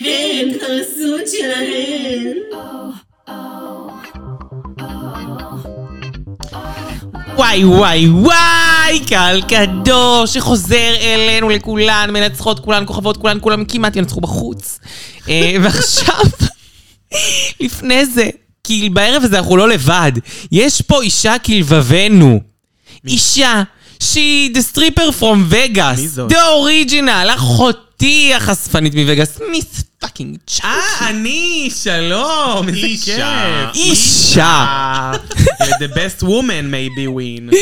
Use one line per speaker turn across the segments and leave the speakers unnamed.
הן חרסות שלהן.
וואי וואי וואי, קהל קדוש שחוזר אלינו לכולן, מנצחות כולן, כוכבות כולן, כולם כמעט ינצחו בחוץ. אה, ועכשיו, לפני זה, כי בערב הזה אנחנו לא לבד, יש פה אישה כלבבנו. אישה שהיא דה סטריפר פרום
מי
וגאס,
זאת?
דה אוריג'ינל, אחותי החשפנית מווגאס, מיס פאקינג צ'אק.
אה, אני, שלום, איזה
אישה.
כיף.
אישה.
The best woman maybe win.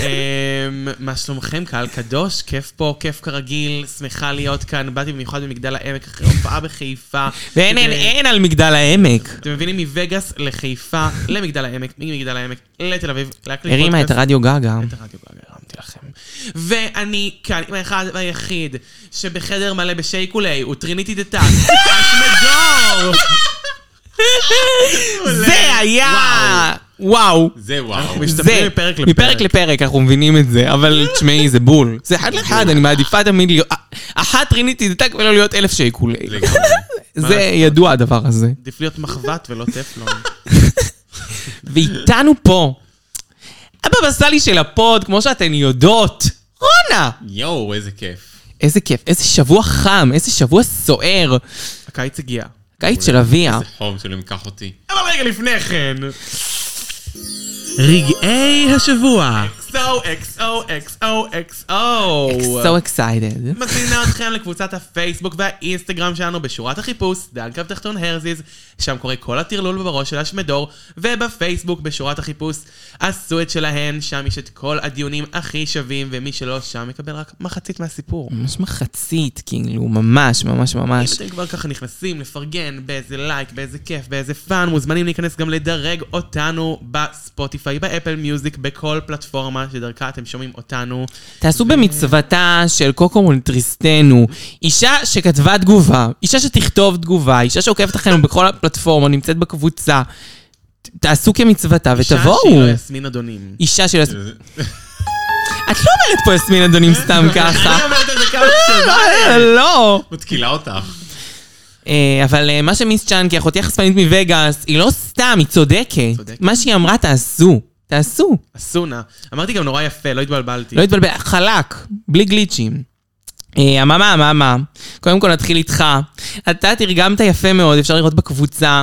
אמ, מה שלומכם, קהל קדוש? כיף פה, כיף כרגיל, שמחה להיות כאן. באתי במיוחד ממגדל העמק אחרי הופעה בחיפה.
ואין, אין,
כדי-
אין על מגדל העמק.
אתם מבינים, מווגאס לחיפה, למגדל העמק, מגדל העמק לתל אביב, להקליט
הרימה את
פודקאסט.
הרדיו גגה.
את הרדיו כבר הרמתי לכם. ואני כאן עם האחד והיחיד שבחדר מלא בשייקולי הוא טריניטי דה טאק. אשמדור!
זה היה... וואו.
זה וואו.
זה,
משתפרים מפרק לפרק.
מפרק לפרק, אנחנו מבינים את זה, אבל תשמעי, זה בול. זה אחד לאחד, אני מעדיפה תמיד להיות... אחת טריניטי זה טאק ולא להיות אלף שיקולי.
לגמרי.
זה ידוע הדבר הזה.
עדיף להיות מחבת ולא טפלון.
ואיתנו פה, הבבא סאלי של הפוד, כמו שאתן יודעות, רונה!
יואו, איזה כיף.
איזה כיף, איזה שבוע חם, איזה שבוע סוער.
הקיץ הגיע.
קיץ של אביה.
איזה חום שלא ייקח אותי.
אבל רגע לפני כן. רגעי השבוע. XO, XO, XO, XO.
So excited.
מזמינה אתכם לקבוצת הפייסבוק והאינסטגרם שלנו בשורת החיפוש, דל קו תחתון הרזיז, שם קורה כל הטרלול בראש של השמדור, ובפייסבוק בשורת החיפוש, עשו את שלהן, שם יש את כל הדיונים הכי שווים, ומי שלא שם מקבל רק מחצית מהסיפור.
ממש מחצית, כאילו, ממש, ממש,
אם
ממש.
אתם כבר ככה נכנסים לפרגן באיזה לייק, באיזה כיף, באיזה פאן, מוזמנים להיכנס גם לדרג אותנו בספוטיפיי, באפל מיוזיק, בכל פלטפורמה שדרכה אתם שומעים אותנו.
תעשו במצוותה של קוקו מונטריסטנו, אישה שכתבה תגובה, אישה שתכתוב תגובה, אישה שעוקבת אחרינו בכל הפלטפורמה, נמצאת בקבוצה. ת- תעשו כמצוותה
אישה
ותבואו.
שהיא לא יסמין אדונים.
אישה של... יס- את לא אומרת פה יסמין אדונים סתם ככה.
אני אומרת את זה כמה שבא.
אה, לא.
מתקילה אותך.
אה, אבל אה, מה שמיס צ'אנקי, אחותי החשפנית מווגאס, היא לא סתם, היא צודקת.
צודקת.
מה שהיא אמרה, תעשו. תעשו.
אסונה. אמרתי גם נורא יפה, לא התבלבלתי.
לא התבלבל, חלק, בלי גליצ'ים. אה, אממה, אממה, קודם כל נתחיל איתך. אתה תרגמת יפה מאוד, אפשר לראות בקבוצה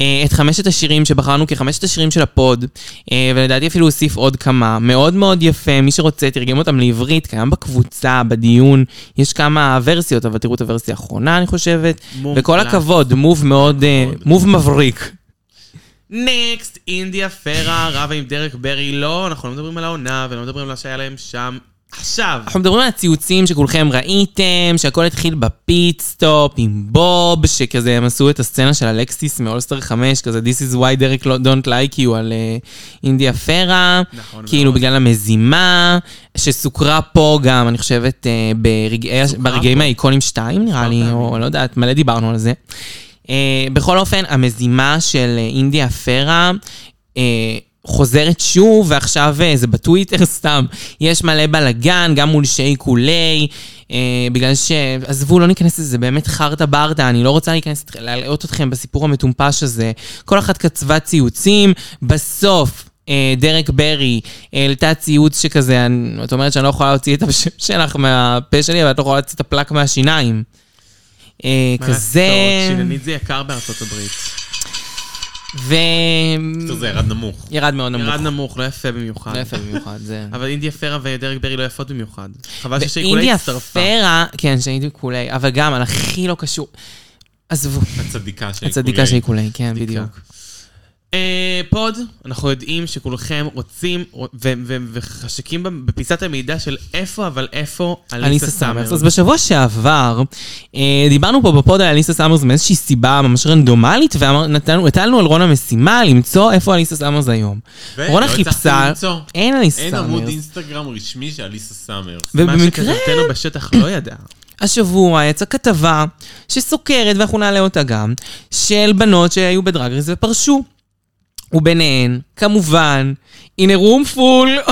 אה, את חמשת השירים שבחרנו כחמשת השירים של הפוד, אה, ולדעתי אפילו הוסיף עוד כמה. מאוד מאוד יפה, מי שרוצה תרגם אותם לעברית, קיים בקבוצה, בדיון, יש כמה ורסיות, אבל תראו את הוורסיה האחרונה, אני חושבת.
מום
וכל
פלאס.
הכבוד, מוב מאוד, אה, מוב מבריק.
נקסט, אינדיה פרה רבה עם דרק ברי. לא, אנחנו לא מדברים על העונה ולא מדברים על מה שהיה להם שם. עכשיו.
אנחנו מדברים על הציוצים שכולכם ראיתם, שהכל התחיל בפיטסטופ עם בוב, שכזה הם עשו את הסצנה של אלקסיס מאולסטר 5, כזה This is why דרק לא- don't like you על אה, אינדיה פרה,
נכון
כאילו
מאוד.
בגלל המזימה, שסוקרה פה גם, אני חושבת, אה, ברגעי, הש- ברגעים האיקונים 2 נראה לי, או לא יודעת, מלא דיברנו על זה. אה, בכל אופן, המזימה של אה, אינדיה פרה אה, חוזרת שוב, ועכשיו אה, זה בטוויטר סתם. יש מלא בלאגן, גם מול שייקולי, אה, בגלל ש... עזבו, לא ניכנס לזה, באמת חרטה ברטה, אני לא רוצה להיכנס, להלאות אתכם בסיפור המטומפש הזה. כל אחת קצבה ציוצים, בסוף... אה, דרק ברי העלתה ציוץ שכזה, אני- את אומרת שאני לא יכולה להוציא את השם שלך מהפה שלי, אבל את לא יכולה להוציא את הפלק מהשיניים. אה,
מה לעשות,
כזה...
שיננית זה יקר בארצות הברית.
ו...
טוב, זה ירד נמוך.
ירד מאוד נמוך.
ירד נמוך, לא יפה במיוחד.
לא יפה במיוחד, זה...
אבל אינדיה פרה ודרק ברי לא יפות במיוחד. חבל ששיקולי
ואינדיה
הצטרפה.
פרה, כן, שהייתי כולי, אבל גם על הכי לא קשור. עזבו,
הצדיקה של
הצדיקה שהיא כולי, כן, בדיוק.
אה, פוד, אנחנו יודעים שכולכם רוצים ו- ו- ו- וחשקים ב- בפיסת המידע של איפה אבל איפה
אליסה
אליסה
סאמרס.
סאמר.
אז בשבוע שעבר, אה, דיברנו פה בפוד על אליסה סאמרס מאיזושהי סיבה ממש רנדומלית, ונתנו על רונה משימה למצוא איפה אליסה סאמרס היום.
ולא
רונה
לא הצלחתי
חיפשה,
למצוא.
אין אליסה
אין עמוד
סאמרס.
אינסטגרם רשמי של אליסה סאמרס.
מה
ובמקרה,
שכתבתנו בשטח לא ידע.
השבוע יצאה כתבה שסוקרת, ואנחנו נעלה אותה גם, של בנות שהיו בדרגריס ופרשו. וביניהן, כמובן, in a room full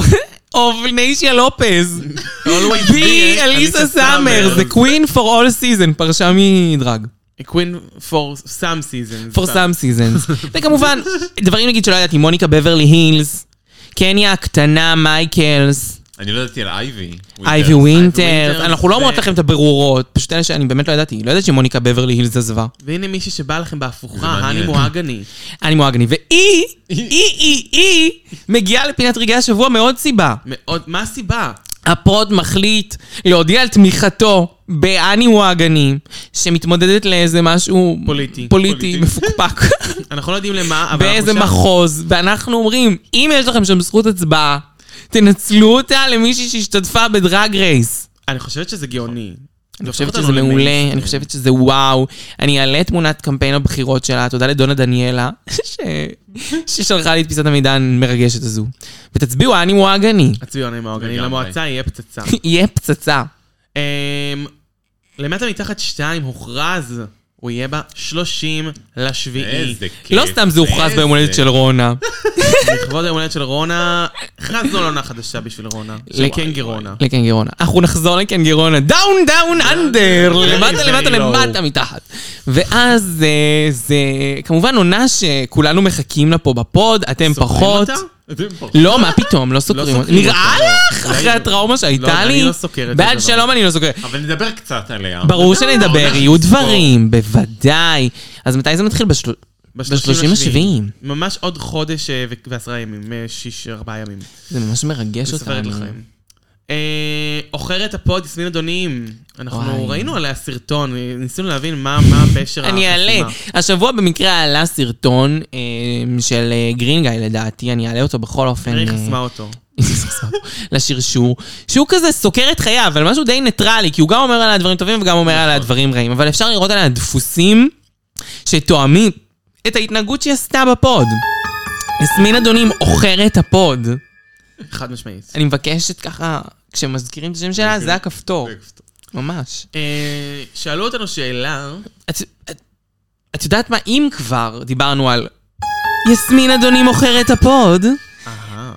of ניישיה לופז.
Always be
בי
Alisa
אליסה
Summers.
סאמר, the queen for all season, פרשה מדרג.
קווין פור סאם סיזון.
for some seasons. וכמובן, דברים נגיד שלא ידעתי, מוניקה בברלי הילס, קניה הקטנה, מייקלס,
אני לא ידעתי על אייבי.
אייבי
וינטרס,
ווינטר, אנחנו לא
ו-
אומרות לכם את הברורות, פשוט אלה שאני באמת לא ידעתי, לא ידעתי שמוניקה בברלי הילס עזבה.
והנה מישהי שבאה לכם
זה
בהפוכה,
מעניין.
האני מואגני.
אני מואגני, והיא, היא, היא, היא, מגיעה לפינת רגעי השבוע מעוד סיבה.
מאוד, מה הסיבה?
הפוד מחליט להודיע על תמיכתו באני וואגני, שמתמודדת לאיזה משהו...
פוליטי.
פוליטי,
פוליטי.
מפוקפק.
אנחנו לא יודעים למה, אבל
באיזה
אנחנו
מחוז, ואנחנו אומרים, אם יש לכם שם זכות הצבעה, תנצלו אותה למישהי שהשתתפה בדרג רייס.
אני חושבת שזה גאוני.
אני חושבת שזה מעולה, אני חושבת שזה וואו. אני אעלה תמונת קמפיין הבחירות שלה, תודה לדונה דניאלה, ש- ששלחה לי את פיסת המידע המרגשת הזו. ותצביעו, אני וואגני.
הצביעו אני מואגני,
לגמרי.
למועצה יהיה פצצה.
יהיה פצצה.
אמ, למטה מתחת שתיים הוכרז, הוא יהיה בה 30 לשביעי.
איזה כיף.
לא סתם זה הוכרז ביום הולדת
איזה-
של רונה.
לכבוד היום הולדת של רונה, הכרזנו על עונה חדשה בשביל רונה. של
וואי,
קנגי רונה.
לקנגרונה. אנחנו נחזור לקנגרונה. דאון, דאון, אנדר. למטה,
very
למטה,
low.
למטה, מתחת. ואז אה, זה כמובן עונה שכולנו מחכים לה פה בפוד, אתם
סוגרים
פחות.
אותה?
אתם פה.
לא, מה פתאום, לא סוקרים אותה.
סוקרים
נראה
אותה, לא.
לך? אחרי הטראומה
לא,
שהייתה
אני
לי?
לא לא, סוקר את
בעד
הדבר.
שלום אני לא סוקר.
אבל נדבר קצת עליה. לא,
ברור
נדבר עליה,
שנדבר,
עונה
יהיו
של ספורט.
דברים, בוודאי. אז מתי זה מתחיל? בשל- בשלושים השביעיים.
ממש עוד חודש אה, ו- ועשרה ימים, אה, שיש ארבעה ימים.
זה ממש מרגש
מספרת
אותנו.
לכם. אה, עוכרת הפוד, יסמין אדונים. אנחנו
וואי.
ראינו עליה סרטון, אה, ניסינו להבין מה מה הפשר
אני אעלה.
החסימה.
השבוע במקרה עלה סרטון אה, של אה, גרין גיא לדעתי, אני אעלה אותו בכל אופן.
ריי
אה,
חסמה אותו.
לשרשור, שהוא כזה סוקר את חייו, אבל משהו די ניטרלי, כי הוא גם אומר עליה דברים טובים וגם אומר עליה דברים רעים, אבל אפשר לראות עליה דפוסים שתואמים את ההתנהגות שהיא עשתה בפוד. יסמין אדונים עוכרת הפוד.
חד משמעית.
אני מבקשת ככה, כשמזכירים את השם שלה, אוקיי. זה הכפתור, ממש.
אה, שאלו אותנו שאלה,
את, את, את יודעת מה, אם כבר דיברנו על יסמין אדונים מוכרת הפוד,
אהה,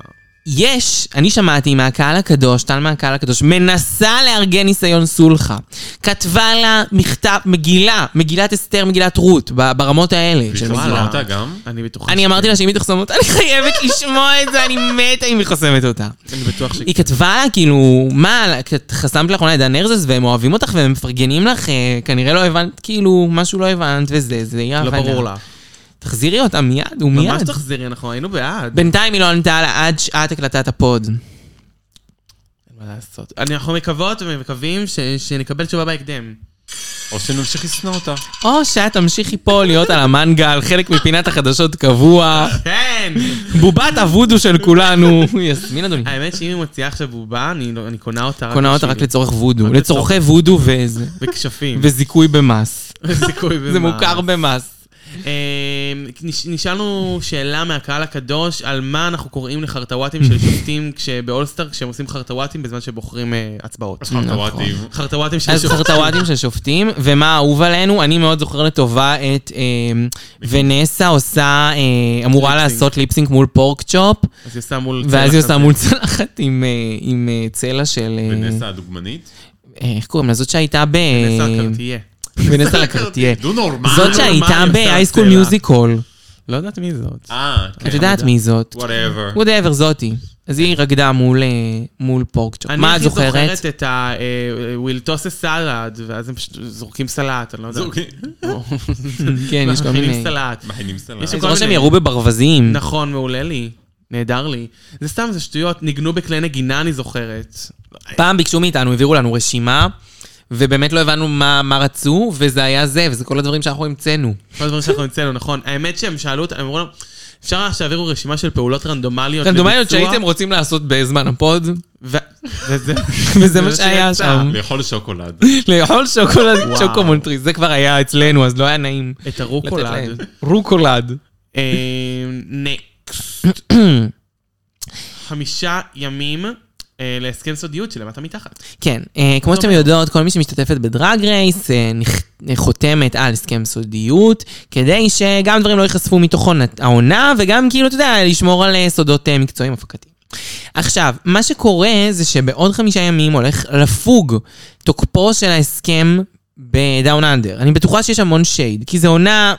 יש, אני שמעתי מהקהל הקדוש, טל מהקהל הקדוש, מנסה לארגן ניסיון סולחה. כתבה לה מכתב, מגילה, מגילת אסתר, מגילת רות, ב- ברמות האלה. של
וואלה.
מגילה.
אותה גם?
אני בטוחה.
אני אמרתי לה שאם היא תחסום אותה, אני חייבת לשמוע את זה, אני מתה אם היא חוסמת אותה.
אני בטוח ש...
היא כתבה לה, כאילו, מה, את חסמת לאחרונה את דן ארזס והם אוהבים אותך והם מפרגנים לך, אה, כנראה לא הבנת, כאילו, משהו לא הבנת וזה, זה יהיה
לא
הבנה.
ברור לה.
תחזירי אותה מיד, ומיד.
ממש תחזירי, אנחנו היינו בעד.
בינתיים היא לא ענתה לה עד שעת הקלטת הפוד.
אין מה לעשות. אני- אנחנו מקוות ומקווים ש- שנקבל תשובה בהקדם.
או שנמשיך לשנוא אותה.
או שאת תמשיכי פה להיות על המנגל, חלק מפינת החדשות קבוע.
כן!
בובת הוודו של כולנו. יסמין אדוני.
האמת שאם היא מוציאה עכשיו בובה, אני לא- אני קונה אותה רק
קונה אותה
בשבילי.
רק לצורך וודו.
רק
לצורכי וודו וזה.
וכשפים.
וזיכוי במס.
וזיכוי
זה
במעש.
מוכר במס.
אה, נש- נשאלנו שאלה מהקהל הקדוש על מה אנחנו קוראים לחרטוואטים של שופטים כשבאולסטאר כשהם עושים חרטוואטים בזמן שבוחרים אה, הצבעות.
חרטוואטים.
חרטוואטים של
נכון. אז
שופטים.
חרטוואטים של שופטים, ומה אהוב עלינו? אני מאוד זוכר לטובה את אה, ונסה עושה, אה, אמורה
ליפסינק.
לעשות ליפסינק מול פורק צ'ופ,
אז היא עושה מול...
ואז היא עושה
צלחת.
מול צלחת עם, אה, עם אה, צלע של... אה,
ונסה הדוגמנית.
אה, איך קוראים לה? זאת שהייתה ב...
נסה קרטייה.
ונסה לקרטייה.
דו נורמל.
לא-
זאת שהייתה
נורמלי,
בהייסקול
עושה
מיוזיקול.
לא יודעת מי זאת.
אה, כן.
את יודעת מי זאת.
וואטאבר.
וואטאבר זאתי. אז היא רקדה מול, אה, מול פורקצ'ופ. מה את
אני
זוכרת?
הכי זוכרת את ה... אה, וויל טוס סלד, ואז הם פשוט זורקים סלט, אני לא יודעת.
כן, יש כל מיני...
מכינים סלט.
מכינים סלט.
יש
אני
כל
זוכר שהם
מיני.
ירו בברווזים.
נכון, מעולה לי. נהדר לי. זה סתם, זה שטויות. ניגנו בכלי נגינה, אני זוכרת.
פעם ביקשו מאיתנו, העבירו לנו רשימה, ובאמת לא הבנו מה מה רצו, וזה היה זה, וזה כל הדברים שאנחנו המצאנו.
כל הדברים שאנחנו המצאנו, נכון. האמת שהם שאלו אותנו, הם אמרו לנו, אפשר שיעבירו רשימה של פעולות רנדומליות
רנדומליות
לביצוע?"
שהייתם רוצים לעשות בזמן הפוד,
ו- וזה- לא
וזה מה שהיה
שיצא.
שם.
לאכול שוקולד.
לאכול שוקולד,
וואו.
שוקומונטרי, זה כבר היה אצלנו, אז לא היה נעים.
את
לתת להם.
הרוקולד.
רוקולד.
אה, נקסט. חמישה ימים אה, להסכם סודיות שלמטה מתחת.
כן, אה, כמו שאתם
אומר?
יודעות, כל מי שמשתתפת בדרג רייס אה, נכ- אה, חותמת על הסכם סודיות, כדי שגם דברים לא ייחשפו מתוך עונת- העונה, וגם כאילו, אתה יודע, לשמור על אה, סודות אה, מקצועיים הפקתיים. עכשיו, מה שקורה זה שבעוד חמישה ימים הולך לפוג תוקפו של ההסכם בדאון אנדר. אני בטוחה שיש המון שייד, כי זו עונה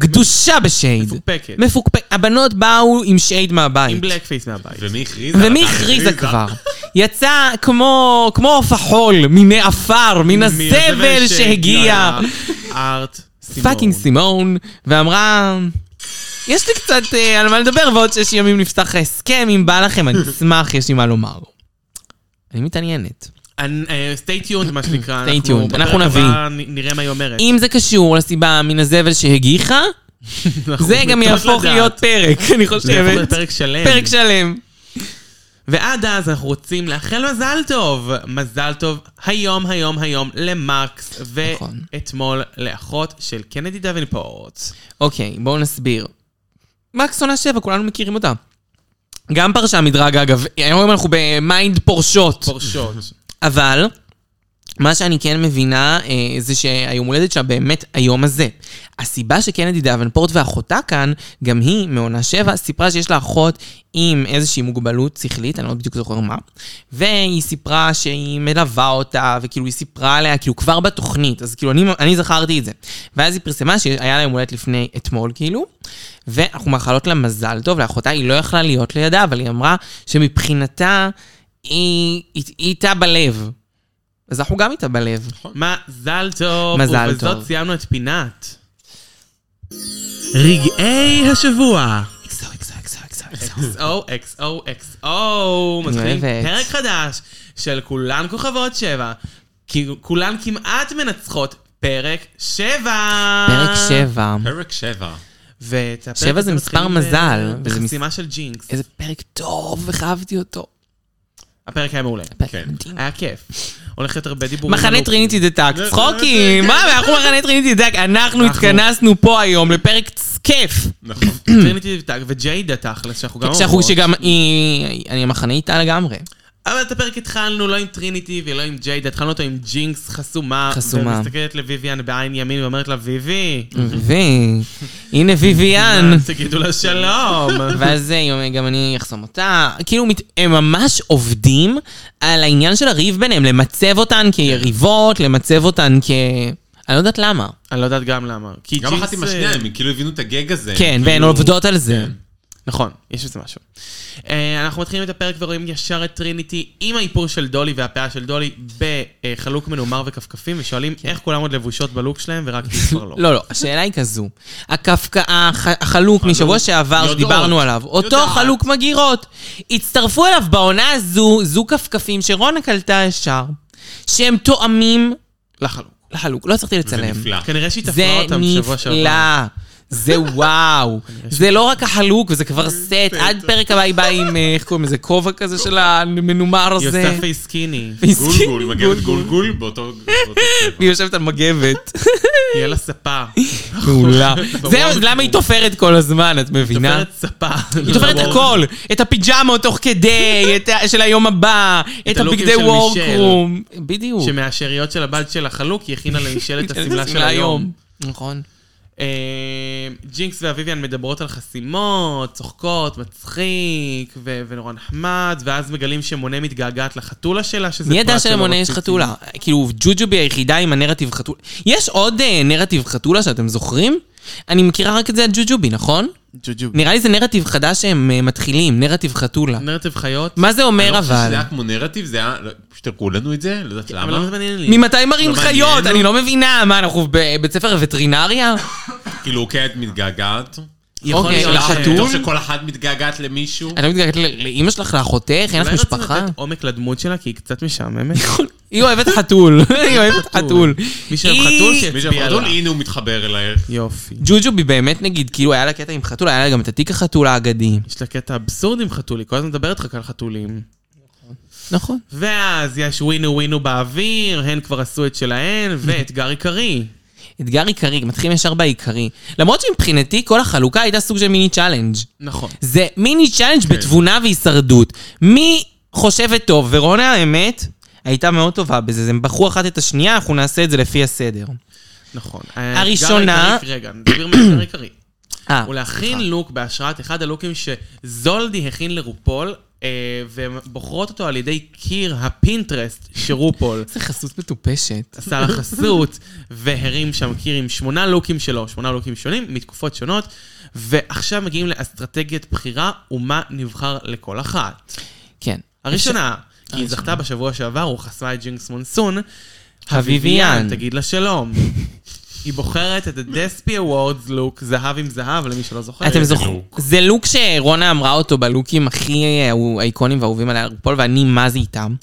גדושה בשייד.
מפוקפקת.
מפוקפק. הבנות באו עם שייד מהבית.
עם בלק פייס מהבית.
ומי הכריזה?
ומי
אתה
הכריזה כבר? יצא כמו, כמו עוף החול, מן העפר, מן הזבל שהגיע.
ארט, סימון.
פאקינג סימון, ואמרה, יש לי קצת אה, על מה לדבר, ועוד שש ימים נפתח ההסכם, אם בא לכם, אני אשמח, יש לי מה לומר. אני מתעניינת.
סטי טיונד, אה, מה שנקרא.
Stay tuned, אנחנו
בפרק
נביא.
הבא נ- נראה מה היא אומרת.
אם זה קשור לסיבה מן הזבל שהגיחה,
אנחנו
זה גם
מתות
יהפוך
לדעת.
להיות פרק, אני
זה יהפוך
חושבת.
לפרק כן. שלם.
פרק שלם.
ועד אז אנחנו רוצים לאחל מזל טוב. מזל טוב היום, היום, היום למקס,
נכון.
ואתמול לאחות של קנדי דוונפורט.
אוקיי, בואו נסביר. מקס עונה 7, כולנו מכירים אותה. גם פרשה מדרג, אגב. היום אנחנו במיינד פורשות.
פורשות.
אבל, מה שאני כן מבינה אה, זה שהיום הולדת שלה באמת היום הזה. הסיבה שקנדי דאבנפורט ואחותה כאן, גם היא, מעונה שבע, סיפרה שיש לה אחות עם איזושהי מוגבלות שכלית, אני לא בדיוק זוכר מה, והיא סיפרה שהיא מלווה אותה, וכאילו היא סיפרה עליה, כאילו כבר בתוכנית, אז כאילו אני, אני זכרתי את זה. ואז היא פרסמה שהיה לה יום הולדת לפני אתמול, כאילו, ואנחנו מאחלות לה מזל טוב, לאחותה היא לא יכלה להיות לידה, אבל היא אמרה שמבחינתה... היא, היא, היא איתה בלב. אז אנחנו גם איתה בלב.
נכון. מזל טוב.
מזל
ובזאת
טוב.
סיימנו את פינת. רגעי השבוע.
אקסו, אקסו, אקסו, אקסו,
XO, XO, XO, מתחילים
אוהבת.
פרק חדש של כולן כוכבות שבע. כי כולן כמעט מנצחות פרק שבע.
פרק 7.
פרק שבע.
ואת הפרק
שבע זה
הזה
מספר
מתחילים
מזל,
ב-
וזה מס-
בחסימה של ג'ינקס.
איזה פרק טוב, איך אהבתי אותו.
הפרק היה מעולה.
פרק
כן.
מדהים.
היה כיף. הולך להיות הרבה דיבורים.
מחנה
ארוכים.
טריניטי דטק, צחוקים, מה, אנחנו מחנה טריניטי דטק, אנחנו
אנחנו-
התכנסנו פה היום לפרק צ- כיף.
נכון.
טריניטי דתק וג'יידה תכלס, שאנחנו גם
כשאנחנו
אומרות.
שגם, היא- אני המחנה איתה לגמרי.
אבל את הפרק התחלנו לא עם טריניטי ולא עם ג'יידה, התחלנו אותו עם ג'ינקס חסומה.
חסומה.
ומסתכלת לוויביאן בעין ימין ואומרת לה, ויבי,
והנה ויויאן.
תגידו לה שלום.
ואז היא אומרת, גם אני אחסום אותה. כאילו, מת- הם ממש עובדים על העניין של הריב ביניהם, למצב אותן כיריבות, למצב אותן כ... אני לא יודעת למה.
כן,
אני לא יודעת גם למה. כי
גם אחת
ג'ינקס,
עם
אה,
השנייה, הם כאילו הבינו את הגג הזה.
כן,
כאילו-
והן עובדות על זה.
נכון, יש בזה משהו. אה, אנחנו מתחילים את הפרק ורואים ישר את טריניטי עם האיפור של דולי והפאה של דולי בחלוק מנומר וכפכפים, ושואלים איך כולם עוד לבושות בלוק שלהם ורק היא כבר לא.
כן. לא, לא, השאלה היא כזו. הקפקא, הח- החלוק משבוע שעבר
יודעות.
שדיברנו עליו, אותו
יודעת.
חלוק מגירות. הצטרפו אליו בעונה הזו זוג כפכפים שרונה קלטה ישר, שהם תואמים
לחלוק.
לחלוק, לא הצלחתי
זה
לצלם.
נפלא.
כנראה שהיא תפרה
זה
אותם בשבוע שעבר.
נפלא. זה וואו. זה לא רק החלוק, וזה כבר סט. עד פרק הבא היא באה עם, אה, איך קוראים לזה, כובע כזה של המנומר
היא
הזה.
עושה פייס סקיני.
כן,
גולגול, היא מגבת גולגול באותו... באותו צבע.
היא יושבת על מגבת.
יהיה לה ספה.
מעולה.
נכון. ברור.
זה למה היא תופרת כל הזמן, את מבינה?
תופרת כאילו ספה.
היא תופרת הכל, את הפיג'מות תוך כדי, את ה- של היום הבא, את
הלוקים
הבגדי
של מישל.
וורקרום. בדיוק.
שמהשאריות של הבת של החלוק היא הכינה למישל את השמלה של
השמלה
היום.
נכון.
אה, ג'ינקס ואביביאן מדברות על חסימות, צוחקות, מצחיק ו- ונורא נחמד, ואז מגלים שמונה מתגעגעת לחתולה שלה, שזה
מי ידע
פרט שלא
שלמונה יש
רציתי.
חתולה? כאילו, ג'וג'ובי היחידה עם הנרטיב חתולה. יש עוד אה, נרטיב חתולה שאתם זוכרים? אני מכירה רק את זה על ג'וג'ובי, נכון?
ג'וג'וב.
נראה לי זה נרטיב חדש שהם אה, מתחילים, נרטיב חתולה.
נרטיב חיות.
מה זה אומר
אני לא חושב שזה
כן, אבל? כן,
היה כמו נרטיב, זה היה... לא, פשוט הראו לנו את זה, לא יודעת
אבל למה
למה.
זה מעניין לי?
ממתי מראים
לא מעניין,
חיות?
נו.
אני לא מבינה. מה, אנחנו בבית ספר וטרינריה?
כאילו, כן, את מתגעגעת.
יכול
אוקיי,
להיות ש-
לחתול?
טוב שכל אחת מתגעגעת למישהו.
אני לא מתגעגעת ל- לאימא שלך, לאחותך, אין לך
אולי רצינו
משפחה?
לתת עומק לדמות שלה, כי היא קצת משעממת.
היא אוהבת חתול. היא אוהבת חתול.
מי שאוהב
היא-
חתול,
מי
שיצביע לה.
שהפרדון, הנה הוא מתחבר אלייך.
יופי.
ג'וג'ובי באמת, נגיד, כאילו, היה לה קטע עם חתול, היה לה גם את התיק החתול האגדי.
יש לה קטע אבסורד עם חתול, היא כל הזמן מדברת רק על חתולים.
נכון.
ואז יש ווינו ווינו באוויר, הן כבר עשו את שלהן, ואתגר עיקרי.
אתגר עיקרי, מתחילים ישר בעיקרי. למרות שמבחינתי כל החלוקה הייתה סוג של מיני צ'אלנג'.
נכון.
זה מיני צ'אלנג' בתבונה והישרדות. מי חושבת טוב? ורונה, האמת, הייתה מאוד טובה בזה. הם בחרו אחת את השנייה, אנחנו נעשה את זה לפי הסדר.
נכון. האתגר
הראשונה-
העיקרי- רגע, נסביר מה האתגר העיקרי.
אה,
ולהכין לוק בהשראת אחד הלוקים שזולדי הכין לרופול. אה, והן בוחרות אותו על ידי קיר הפינטרסט שרופול
איזה חסות מטופשת.
עשה לה חסות, והרים שם קיר עם שמונה לוקים שלו, שמונה לוקים שונים, מתקופות שונות, ועכשיו מגיעים לאסטרטגיית בחירה ומה נבחר לכל אחת.
כן.
הראשונה, כי היא זכתה בשבוע שעבר, הוא חסמה את ג'ינקס מונסון.
אביביאן.
תגיד לה שלום. היא בוחרת את הדספי אוורדס לוק, זהב עם זהב, למי שלא זוכר.
אתם זוכרים,
לוק.
זה לוק שרונה אמרה אותו בלוקים הכי אה, הוא- האיקונים והאהובים עליה רפול, ואני מה זה איתם.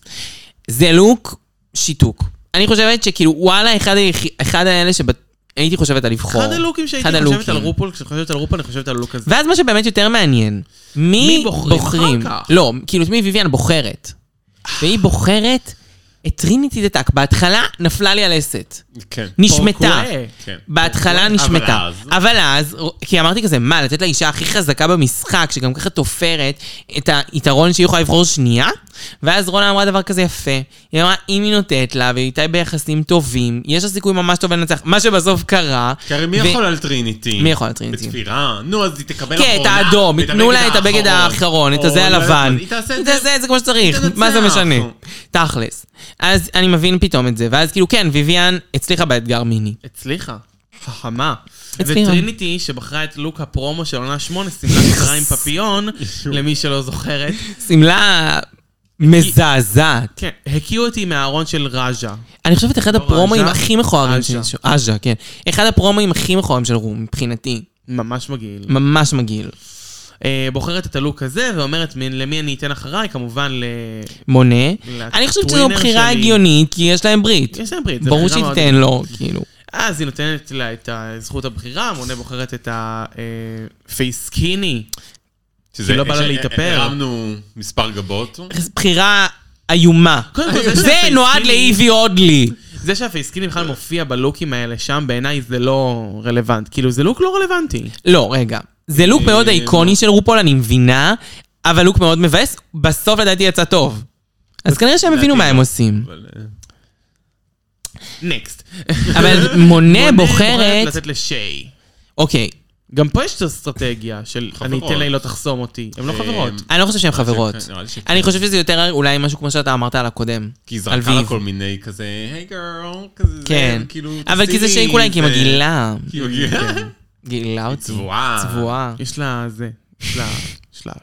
זה לוק שיתוק. אני חושבת שכאילו, וואלה, אחד היח- אחד האלה שהייתי חושבת על לבחור.
אחד הלוקים שהייתי
נכון. אחד
חושבת
הלוקים.
על רופול, כשחושבת על רופול אני חושבת על הלוק הזה.
ואז מה שבאמת יותר מעניין, מי,
מי בוחרים אחר כך?
לא, כאילו, מי ויויאן בוחרת. והיא בוחרת את טריניטי דתק. בהתחלה נפלה לי הלסת.
כן.
נשמטה.
פורקווה.
כן.
בהתחלה
אבל
נשמטה.
אז.
אבל אז, כי אמרתי כזה, מה, לתת לאישה הכי חזקה במשחק, שגם ככה תופרת את היתרון שהיא יכולה לבחור שנייה? ואז רונה אמרה דבר כזה יפה. היא אמרה, אם היא נותנת לה, והיא איתה ביחסים טובים, יש לה סיכוי ממש טוב לנצח. מה שבסוף קרה...
כי הרי מי
ו-
יכול על טריניטי?
מי יכול על טריניטי?
בתפירה? נו, אז היא תקבל
כן, את האדום, ייתנו לה את הבגד האחרון, את
או,
הזה
לא יודעת,
הלבן.
היא תעשה את
היא
זה.
תעשה את זה כמו שצריך,
היא תנצח.
מה זה משנה? תכלס. אז אני מבין פתאום את זה, ואז כאילו, כן, ויויאן הצליחה באתגר מיני.
הצליחה. חכמה.
הצליחה.
וטריניטי, שבחרה את לוק הפרומו של עונה 8, סימלה קצרה עם פפיון, למי שלא זוכרת.
שמלה מזעזעת.
כן, הקיאו אותי מהארון של ראז'ה.
אני חושבת אחד הפרומואים
לא, עז'ה?
הכי מכוערים של
עז'ה.
עז'ה, כן. אחד הפרומואים הכי מכוערים של רום, מבחינתי.
ממש מגעיל.
ממש מגעיל.
אה, בוחרת את הלוק הזה ואומרת "מי- למי אני אתן אחריי, כמובן ל...
מונה.
לטווינר
אני חושבת שזו בחירה
שלי.
הגיונית, כי יש להם ברית.
יש להם ברית, זה
ברור
בחירה
שהיא
מאוד-
תיתן לו, כאילו.
אז היא נותנת לה את ה- זכות הבחירה, מונה בוחרת את אה, הפייסקיני.
שזה-
שלא בא לה
ש-
להתאפר.
הרמנו מספר גבות.
בחירה איומה.
קודם כל, זה
זה
שהפלסטינים-
נועד לאיבי אודלי.
זה שהפייסקיני בכלל מופיע בלוקים האלה שם, בעיניי זה לא רלוונטי. כאילו, זה לוק לא רלוונטי.
לא, רגע. זה לוק מאוד
אה,
לא.
איקוני של רופול, אני מבינה, אבל לוק מאוד מבאס. בסוף לדעתי יצא טוב. אז כנראה שהם הבינו
לא.
מה הם עושים.
אבל, אה,
נקסט.
אבל מונה אה, בוחרת...
לתת לשיי.
אוקיי,
גם פה יש את האסטרטגיה של אני אתן לה, היא לא תחסום אותי. הן לא
אה,
חברות.
אני לא חושב שהן חברות.
כן,
שכן, כן, נראה לי שכן.
אני חושב שזה יותר אולי משהו כמו שאתה אמרת על הקודם.
כי היא
על
זרקה לה
ויב.
כל מיני כזה, היי גרל, כזה זה,
כן.
כאילו,
אבל כי זה
תשימי,
שייקו אולי, כי היא
זה-
מגעילה.
כי היא מגעילה.
גילה אותי.
צבועה.
צבועה.
יש לה זה. יש לה... יש לה...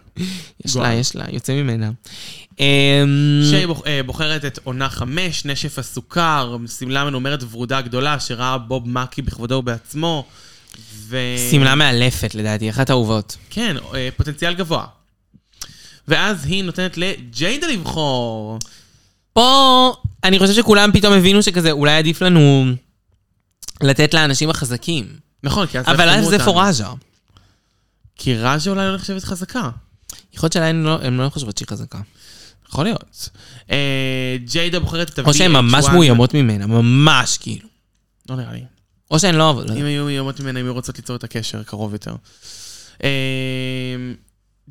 יש
גועל.
לה, יש לה, יוצא ממנה. אמ,
שהיא בוח- אה, בוחרת את עונה חמש, נשף הסוכר, שמלה מנומרת ורודה גדולה שראה בוב מקי בכבודו ובעצמו. ו...
שמלה מאלפת לדעתי, אחת האהובות.
כן, אה, פוטנציאל גבוה. ואז היא נותנת לג'יידה לבחור.
פה, אני חושב שכולם פתאום הבינו שכזה, אולי עדיף לנו לתת לאנשים החזקים.
נכון, כי אז
אבל אז
יחתמו
זה
אותנו.
פוראז'ה.
כי ראז'ה אולי לא נחשבת חזקה.
יכול להיות שלהן לא- הן לא חושבות שהיא חזקה.
יכול להיות. אה, ג'יידה בוחרת את ה-VH1.
או שהן ממש מאוימות ממנה, ממש כאילו.
לא נראה לי.
או שהן לא אוהבות.
אם היו מאוימות ממנה, הם היו רוצות ליצור את הקשר קרוב יותר. אה,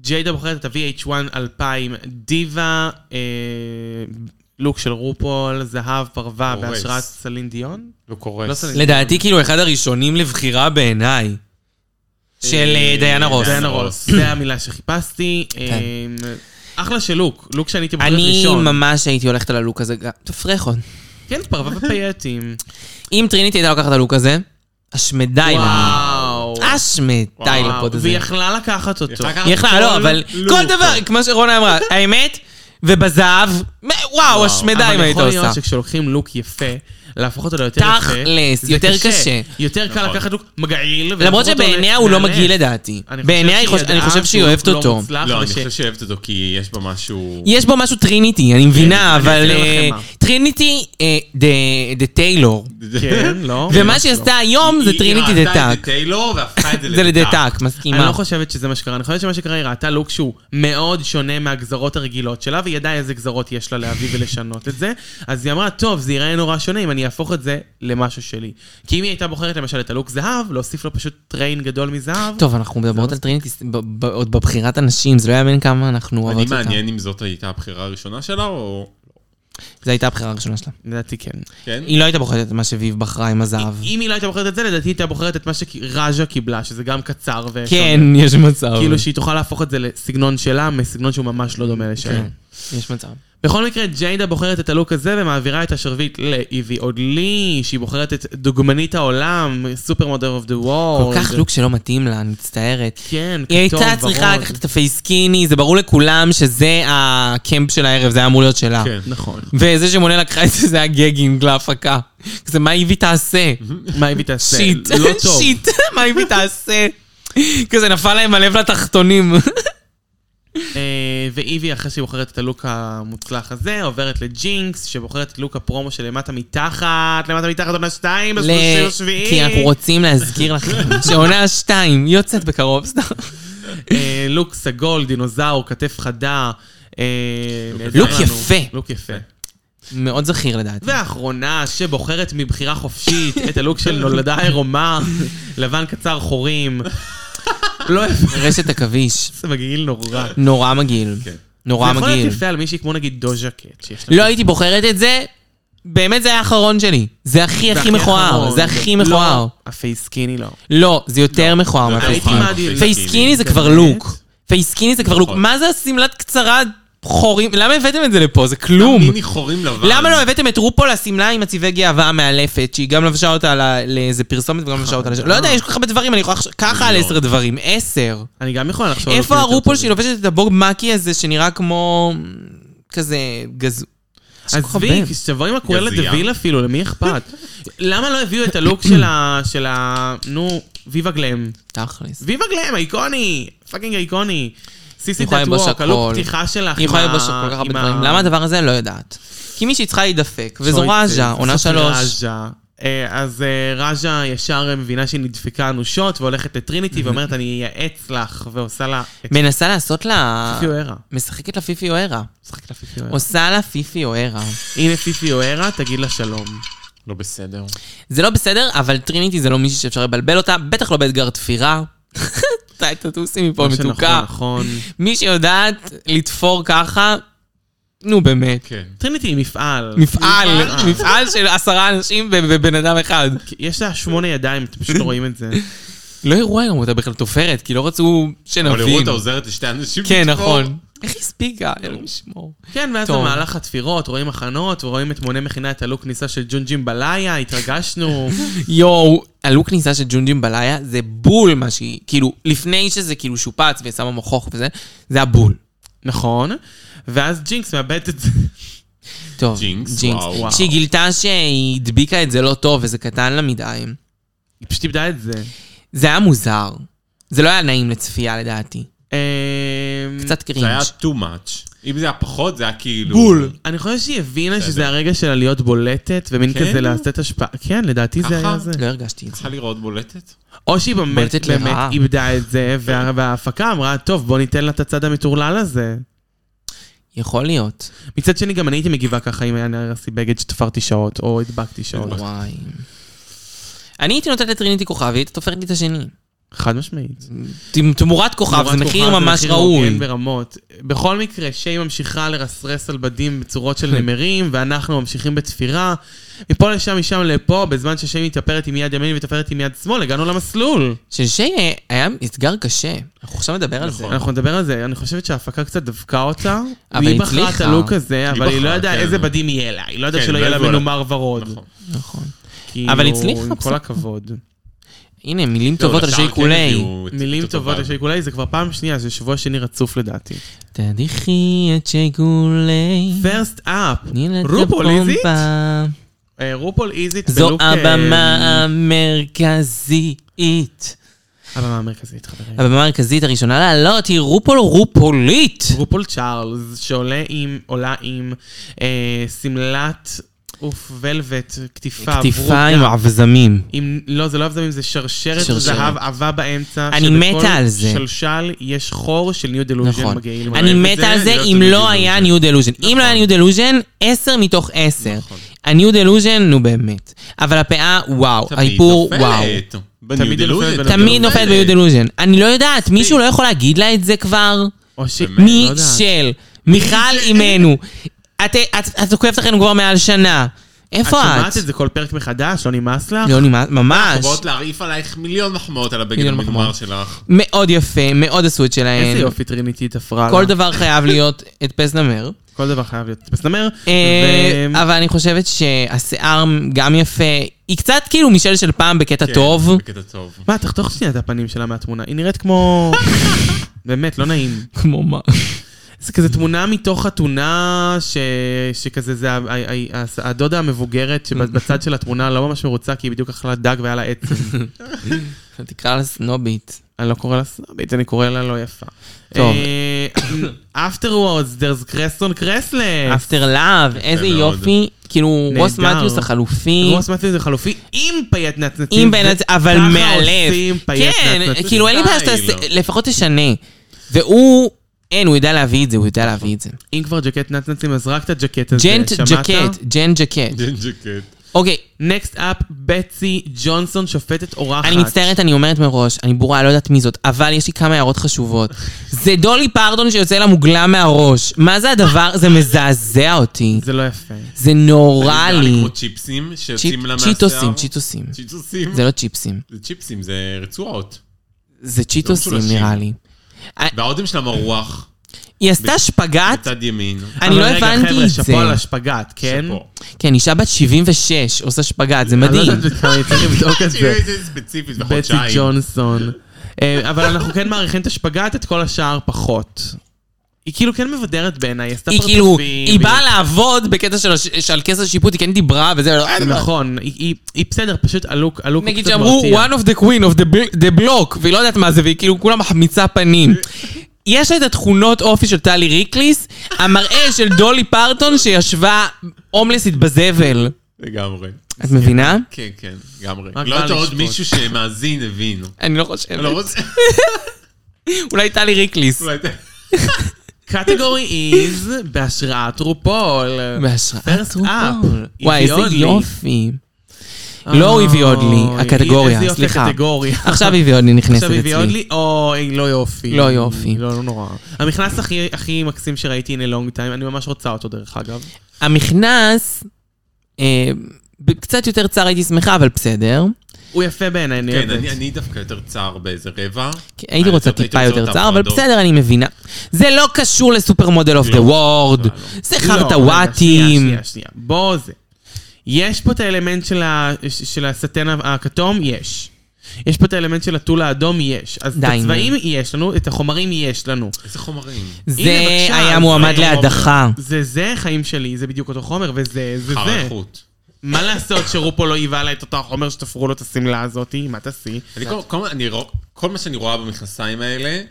ג'יידה בוחרת את ה-VH1 2000 דיווה, אה, לוק של רופול, זהב, פרווה,
הורס.
בהשראת סלין דיון.
לא
לא
קורס.
סלין דיון.
לדעתי, כאילו, אחד הראשונים לבחירה בעיניי. של אה, דיינה רוס.
דיינה רוס.
רוס.
זו המילה שחיפשתי. אה, אחלה של לוק, לוק שאני הייתי בוחרת
כן. אני
ראשון.
ממש הייתי הולכת על הלוק הזה, גם- תפרחות.
כן, פרווה ופייטים.
אם טריניטי הייתה לוקחת את הלוק הזה, השמדה היא לנו.
וואו.
השמדה היא
וואו.
לפוד הזה.
והיא יכלה לקחת אותו.
יכלה לקחת
היא יכלה, לא, אבל
לוק.
כל דבר, כמו שרונה אמרה, האמת, ובזהב, מ- וואו, השמדה אם
אבל
היית
יכול
עושה.
להיות שכשלוקחים לוק יפה, להפוך אותו ליותר יפה,
תכלס,
זה
יותר קשה.
יותר קל
נכון.
לקחת לוק מגעיל. ולהפוך
למרות
אותו
שבעיניה הוא לא
למאלף.
מגעיל לדעתי.
אני חושב
בעיניה, היא
שהיא
חוש- אני
ידעה
חושב שהיא
שהוא
אוהבת
לא
אותו.
מוצלח,
לא,
אבל
אני
ש-
חושב שהיא אוהבת אותו כי יש בה משהו...
יש בו משהו טריניטי, אני מבינה,
אני
אבל
אסביר
אה,
לכם מה.
טריניטי אה, דה- דה טיילור.
כן, לא.
ומה שהיא עשתה היום זה
היא-
טריניטי דה
היא ראתה את
טאק.
זה טיילור והפכה את זה
זה לדה
לדטאק.
טאק,
אני לא
מסכימה.
חושבת שזה מה שקרה, אני חושבת שמה שקרה, היא ראתה לוק שהוא מאוד שונה מהגזרות הרגילות שלה, והיא ידעה איזה גזרות יש לה להביא ולשנות את זה, אז היא אמרה, טוב, זה ייראה נורא שונה אם אני אהפוך את זה למשהו שלי. כי אם היא הייתה בוחרת למשל את הלוק זהב, להוסיף לו פשוט טריין גדול מזהב,
טוב, אנחנו מדברות על טריניטי ס- ב- ב- עוד בבחירת הנשים, זה לא יאמן כמה אנחנו אוהבות
אני
אותה.
מעניין אם זאת הייתה הבחירה הראשונה שלה או...
זו הייתה הבחירה הראשונה שלה.
לדעתי כן.
כן?
היא לא הייתה בוחרת את מה שביב בחרה עם הזהב.
אם היא לא הייתה בוחרת את זה, לדעתי היא הייתה בוחרת את מה שראז'ה קיבלה, שזה גם קצר ושונה.
כן, יש מצב.
כאילו שהיא תוכל להפוך את זה לסגנון שלה, מסגנון שהוא ממש לא דומה לשלה.
כן, יש מצב.
לא
בכל מקרה, ג'יידה בוחרת את הלוק הזה ומעבירה את השרביט לאיבי אודלי, שהיא בוחרת את דוגמנית העולם, סופר מודר אוף דה
כל
וורלד.
כך לוק שלא מתאים לה, אני מצטערת.
כן,
היא
כתום,
הייתה צריכה
ורוד.
לקחת את הפייסקיני, זה ברור לכולם שזה הקמפ של הערב, זה היה אמור להיות שלה.
כן.
נכון.
וזה שמונה לקחה את זה, זה היה גגינג להפקה. זה מה איבי תעשה?
מה איבי תעשה?
שיט,
לא טוב.
שיט, מה איבי תעשה? כזה נפל להם הלב לתחתונים.
אה, ואיבי, אחרי שהיא בוחרת את הלוק המוצלח הזה, עוברת לג'ינקס, שבוחרת את לוק הפרומו של למטה מתחת, למטה מתחת עונה 2, ב-30
ל-
השביעי.
כי אנחנו רוצים להזכיר לכם שעונה שתיים יוצאת בקרוב, סתם.
אה, לוק סגול, דינוזאור, כתף חדה. אה, נהדר
לוק
לנו.
יפה.
לוק יפה.
מאוד זכיר לדעתי.
לא והאחרונה שבוחרת מבחירה חופשית את הלוק של נולדה עירומה, לבן קצר חורים. לא יפה,
רשת עכביש,
זה מגעיל נורא.
נורא מגעיל.
כן.
נורא
זה יכול
מגעיל.
להיות יפה על מישהי כמו נגיד דוז'ה קט, שיש לה...
לא הייתי בוחרת את זה, באמת זה היה האחרון שלי. זה הכי
זה
הכי מכוער,
אחרון.
זה הכי מכוער.
לא, הפייסקיני לא.
לא, זה יותר מכוער
הייתי
מהפייסקיני.
נכון,
מעדיף.
נכון.
פייסקיני זה
באמת?
כבר לוק. פייסקיני זה כבר לוק.
נכון.
מה זה השמלת קצרה חורים? למה הבאתם את זה לפה? זה כלום.
מיני חורים לבן.
למה לא הבאתם את רופו לשמלה עם הצבעי גאווה המאלפת, שהיא גם לבשה אותה ל- לאיזה פרסומת וגם
אה,
לבשה אותה לשם? לא יודע, יש כל כך הרבה דברים, אני יכולה לחשוב ככה על
לא.
עשר דברים. עשר.
אני גם יכול לחשוב על
איפה
לוקים לא יותר
הרופול
טובים.
שהיא לובשת את הבוב מקי הזה, שנראה כמו... כזה גז... יש כל כך
עזבי,
הרבה.
תבוא עם הקואלה
גזייה.
דביל אפילו, למי אכפת? למה לא הביאו את הלוק של ה... של ה... נו, ויווה גלם.
תכלס.
ויווה גלם, איקוני! פאקינג איקוני. סיסי
יכולה לבוש
טטווק,
הכל.
הלוק פתיחה שלך.
היא יכולה
עם ה-
לבוש כל כך הרבה
עם ה-
דברים. למה הדבר הזה? לא יודעת. כי מישהי צריכה להידפק, וזו
צ'ויסס,
ראז'ה, עונה
בסוף
שלוש.
ראז'ה. אה, אז אה, ראז'ה ישר מבינה שהיא נדפקה אנושות והולכת לטריניטי ואומרת אני אייעץ לך ועושה לה את
מנסה לעשות לה...
פיפי אוהרה.
משחקת לה פיפי אוהרה.
משחקת לה פיפי אוהרה.
עושה לה פיפי אוהרה.
הנה פיפי אוהרה, תגיד לה שלום.
לא בסדר.
זה לא בסדר, אבל טריניטי זה לא מישהי שאפשר לבלבל אותה, בטח לא באתגר תפירה. די, תטוסי מפה,
מה שנכון,
מתוקה.
נכון.
מי שיודעת לתפור ככה, נו באמת.
כן.
טריניטי היא מפעל.
מפעל,
אה.
מפעל של עשרה אנשים ו- ובן אדם אחד.
יש לה שמונה ידיים, אתם פשוט לא רואים את זה.
לא הראו היום אותה בכלל תופרת, כי לא רצו
אבל הראו
שנבין.
אותה עוזרת לשתי אנשים.
כן,
לתפור.
נכון. איך היא הספיקה? אלוהים ישמור.
כן, ואז
טוב.
במהלך התפירות רואים הכנות, ורואים את מונה מכינה את הלוק כניסה של ג'ונג'ים בלאיה, התרגשנו.
יואו, הלוק כניסה של ג'ונג'ים בלאיה זה בול מה שהיא, כאילו, לפני שזה כאילו שופץ ושמה מוכח וזה, זה הבול.
נכון. ואז ג'ינקס מאבד את זה.
טוב,
ג'ינקס, וואו, וואו.
כשהיא גילתה שהיא הדביקה את זה לא טוב וזה קטן לה מדי,
היא פשוט איבדה את זה.
זה היה מוזר. זה לא היה נעים לצפייה לדעתי.
אמ,
קצת
זה היה
קרינג'.
too much. אם זה היה פחות, זה היה כאילו...
בול. אני חושב שהיא הבינה
בסדר.
שזה הרגע שלה להיות בולטת, ומין
כן?
כזה לעשות השפעה. כן, לדעתי זה
ככה?
היה זה.
לא הרגשתי את זה.
צריכה לראות בולטת?
או שהיא באמת
בולטת
באמת
לרעה.
איבדה את זה, וה- וההפקה אמרה, טוב, בוא ניתן לה את הצד המטורלל הזה.
יכול להיות.
מצד שני, גם אני הייתי מגיבה ככה אם היה נראה לי בגד שתפרתי שעות, או הדבקתי
לא
שעות.
וואי. אני הייתי נותנת לטריניטי כוכב, והיא הייתה תופרת לי את השני.
חד משמעית.
ת- תמורת כוכב, זה מחיר
תמורת
ממש
מחיר
לא
הוגן
ראוי.
ברמות. בכל מקרה, שיי ממשיכה לרסרס על בדים בצורות
כן.
של נמרים, ואנחנו ממשיכים בתפירה. מפה לשם, משם לפה, בזמן ששיי מתאפרת עם יד ימין ותופרת עם יד שמאל, הגענו למסלול.
ששי אה, היה אתגר קשה. אנחנו עכשיו נדבר על זה.
נכון.
אנחנו נדבר על זה, אני חושבת שההפקה קצת דבקה אותה.
אבל
והיא
היא
בחרה את
הצליחה.
הלוק הזה, אבל היא לא
בחרה,
ידעה
כן.
איזה בדים יהיה לה. היא לא ידעה
כן,
שלא יהיה לה
בלבול.
מנומר ורוד.
נכון.
נכון.
כאילו,
אבל הצליחה,
עם כל
בסדר.
הכבוד.
הנה, מילים
לא,
טובות על
לשאר
שי
כן
קולי.
הביאו את-
מילים
את
טובות
הטובה.
לשי קולי, זה כבר פעם שנייה, זה שבוע שני רצוף לדעתי.
תדיחי את שי קולי.
פרסט אפ,
תני לה את
רופול איזית?
הפומפה.
אה, רופול איזית
זו
בלוק... אה,
הבמה המרכזית.
הבמה המרכזית, חברים.
הבמה המרכזית הראשונה לעלות היא רופול רופולית.
רופול צ'ארלס, שעולה עם, עולה עם אה, שמלת, אוף, ולווט, כתיפה,
קטיפה
ורודה.
עם עבזמים.
עם, לא, זה לא אבזמים, זה שרשרת,
שרשרת.
זהב עבה באמצע.
אני
שבכל
מתה על זה.
שלשל יש חור של ניו דלוז'ן
נכון.
מגעיל.
אני
אוהב את
מתה
זה,
על זה
להיות
אם
ה-New
לא היה
Delusion.
ניו דלוז'ן. אם לא היה
נכון.
ניו דלוז'ן, 10 מתוך 10. הניו דלוז'ן, נו באמת. אבל הפאה, וואו.
תמיד
האיפור,
נופלת.
וואו.
בניו
תמיד היא נופלת
דלוז'ן.
בניו
תמיד נופלת בניו דלוז'ן. אני לא יודעת, מישהו לא יכול להגיד לה את זה כבר?
או ש...
באמת,
לא
מי
יודעת.
של? מיכל אימנו. את- את את עוקבת אחרינו כבר מעל שנה.
את
איפה את?
שומעת את זה כל פרק מחדש? לא נמאס לך?
לא נמאס, ממש.
באות להרעיף עלייך מיליון מחמאות על הבגד
מיליון
המגמר
מחמאות.
שלך.
מאוד יפה, מאוד עשו את שלהן.
איזה יופי טריניטי תפרה
כל
לה.
דבר חייב להיות הדפס נמר.
כל דבר חייב להיות מסתמר.
אה, אבל אני חושבת שהשיער גם יפה. היא קצת כאילו מישל של פעם בקטע
כן,
טוב.
בקטע טוב.
מה, תחתוך שנייה את הפנים שלה מהתמונה. היא נראית כמו... באמת, לא נעים.
כמו מה?
זה כזה תמונה מתוך חתונה, ש... שכזה זה ה- ה- ה- ה- הדודה המבוגרת שבצד של התמונה לא ממש מרוצה, כי היא בדיוק אכלה דג והיה לה עצם.
תקרא לה סנובית.
אני לא קורא לה סנובית, אני קורא לה לא יפה.
טוב.
Afterwards, there's קרסון קרסלס.
אפטר לאב, איזה
מאוד.
יופי. כאילו,
נהדר.
רוס מתיוס החלופי.
רוס מתיוס זה חלופי עם פייט נצנצים.
אם בן אדם, אבל
ככה
מהלב.
עושים פייט
כן,
נצנצים.
כאילו אין לי בעיה
סטייל.
שאתה
לא.
לפחות תשנה. והוא, אין, הוא יודע להביא את זה, הוא יודע להביא את זה.
אם כבר ג'קט נצנצים, אז רק את הג'קט הזה,
ג'נט
אה, שמעת?
ג'קט, ג'נט ג'קט.
ג'קט.
אוקיי,
נקסט אפ, בצי ג'ונסון, שופטת אורחת.
אני מצטערת, אני אומרת מראש, אני בורה, לא יודעת מי זאת, אבל יש לי כמה הערות חשובות. זה דולי פרדון שיוצא לה מוגלה מהראש. מה זה הדבר? זה מזעזע אותי.
זה לא יפה.
זה נורא
נראה
לי.
כמו צ'יפסים שיוצאים לה
צ'יט-
מהשיער.
צ'יטוסים, צ'יטוסים.
צ'יטוסים.
זה לא צ'יפסים.
זה צ'יפסים, זה רצועות.
לא
זה צ'יטוסים
משולשים.
נראה לי.
והאודם שלה מרוח,
היא עשתה שפגאט,
בצד ימין.
אני
אבל
לא
רגע,
הבנתי
חבר'ה,
את זה.
שאפו על השפגאט, כן?
שאפו.
כן, אישה בת 76 עושה שפגאט, זה
אני לא
מדהים.
יודעת כמה אני צריך לבדוק את זה.
תראי איזה ספציפית,
בצי
בחודשיים.
ג'ונסון. אה, אבל אנחנו כן מעריכים את השפגאט, את כל השאר פחות. היא כאילו כן מבדרת בעיניי, היא עשתה
היא
פרצופים.
כאילו, היא באה לעבוד בקטע של הש- של כס השיפוט, היא כן דיברה וזה,
נכון, היא- היא היא בסדר, פשוט הלוק, הלוק הוא
נגיד
קצת
שאמרו,
מרתיע.
one of the queen of the bl- the block, והיא לא יודעת מה זה, והיא כאילו כולה מחמיצה פנים. יש לה את התכונות אופי של טלי ריקליס, המראה של דולי פרטון שישבה הומלסית בזבל.
לגמרי.
את מבינה?
כן, כן, לגמרי.
רק בא
לא יודעת עוד
לשפוט.
מישהו שמאזין הבין.
אני לא חושבת.
לא רוצה...
אולי טלי ריקליס.
אולי ת-
קטגורי איז בהשראת רופול.
בהשראת
First up.
רופול. וואי,
הביא
איזה
עוד לי.
יופי. לא הוא הביא עוד לי,
אוי, איזה
הקטגוריה,
יופי
סליחה.
הקטגוריה.
עכשיו הביא עוד לי נכנסת
עכשיו הביא עוד
אצלי.
לי, אוי, לא יופי.
לא יופי.
לא, לא נורא. המכנס הכי, הכי מקסים שראיתי in a long time, אני ממש רוצה אותו דרך אגב.
המכנס, אה, ב- קצת יותר צר הייתי שמחה, אבל בסדר.
הוא יפה בעיניי, אני
כן,
אוהבת.
אני- אני דווקא יותר צר באיזה רבע.
כי הייתי רוצה
הייתי
טיפה
רוצה
יותר
אותה
צר, אבל
הפרדות.
בסדר, אני מבינה. זה לא קשור לסופר מודל אוף דה
לא,
וורד,
לא, לא.
זה
לא, רגע,
חרטוואטים.
שנייה, שנייה, שנייה. בוא זה. יש פה את האלמנט של, ה... ש- של הסטן הכתום? יש. יש פה את האלמנט של הטול האדום? יש. אז את
די, נו.
הצבעים יש לנו, את החומרים יש לנו.
איזה חומרים.
זה
הנה, בבקשה,
היה
זה
מועמד
היה
להדחה. זה
זה זה חיים שלי, זה בדיוק אותו חומר, וזה, זה זה.
חרחות.
מה לעשות שרופו לא היווה לה את אותו החומר שתפרו לו את השמלה הזאתי? מה תעשי?
אני כל- כל מה- אני רוא- כל מה שאני רואה במכנסיים האלה,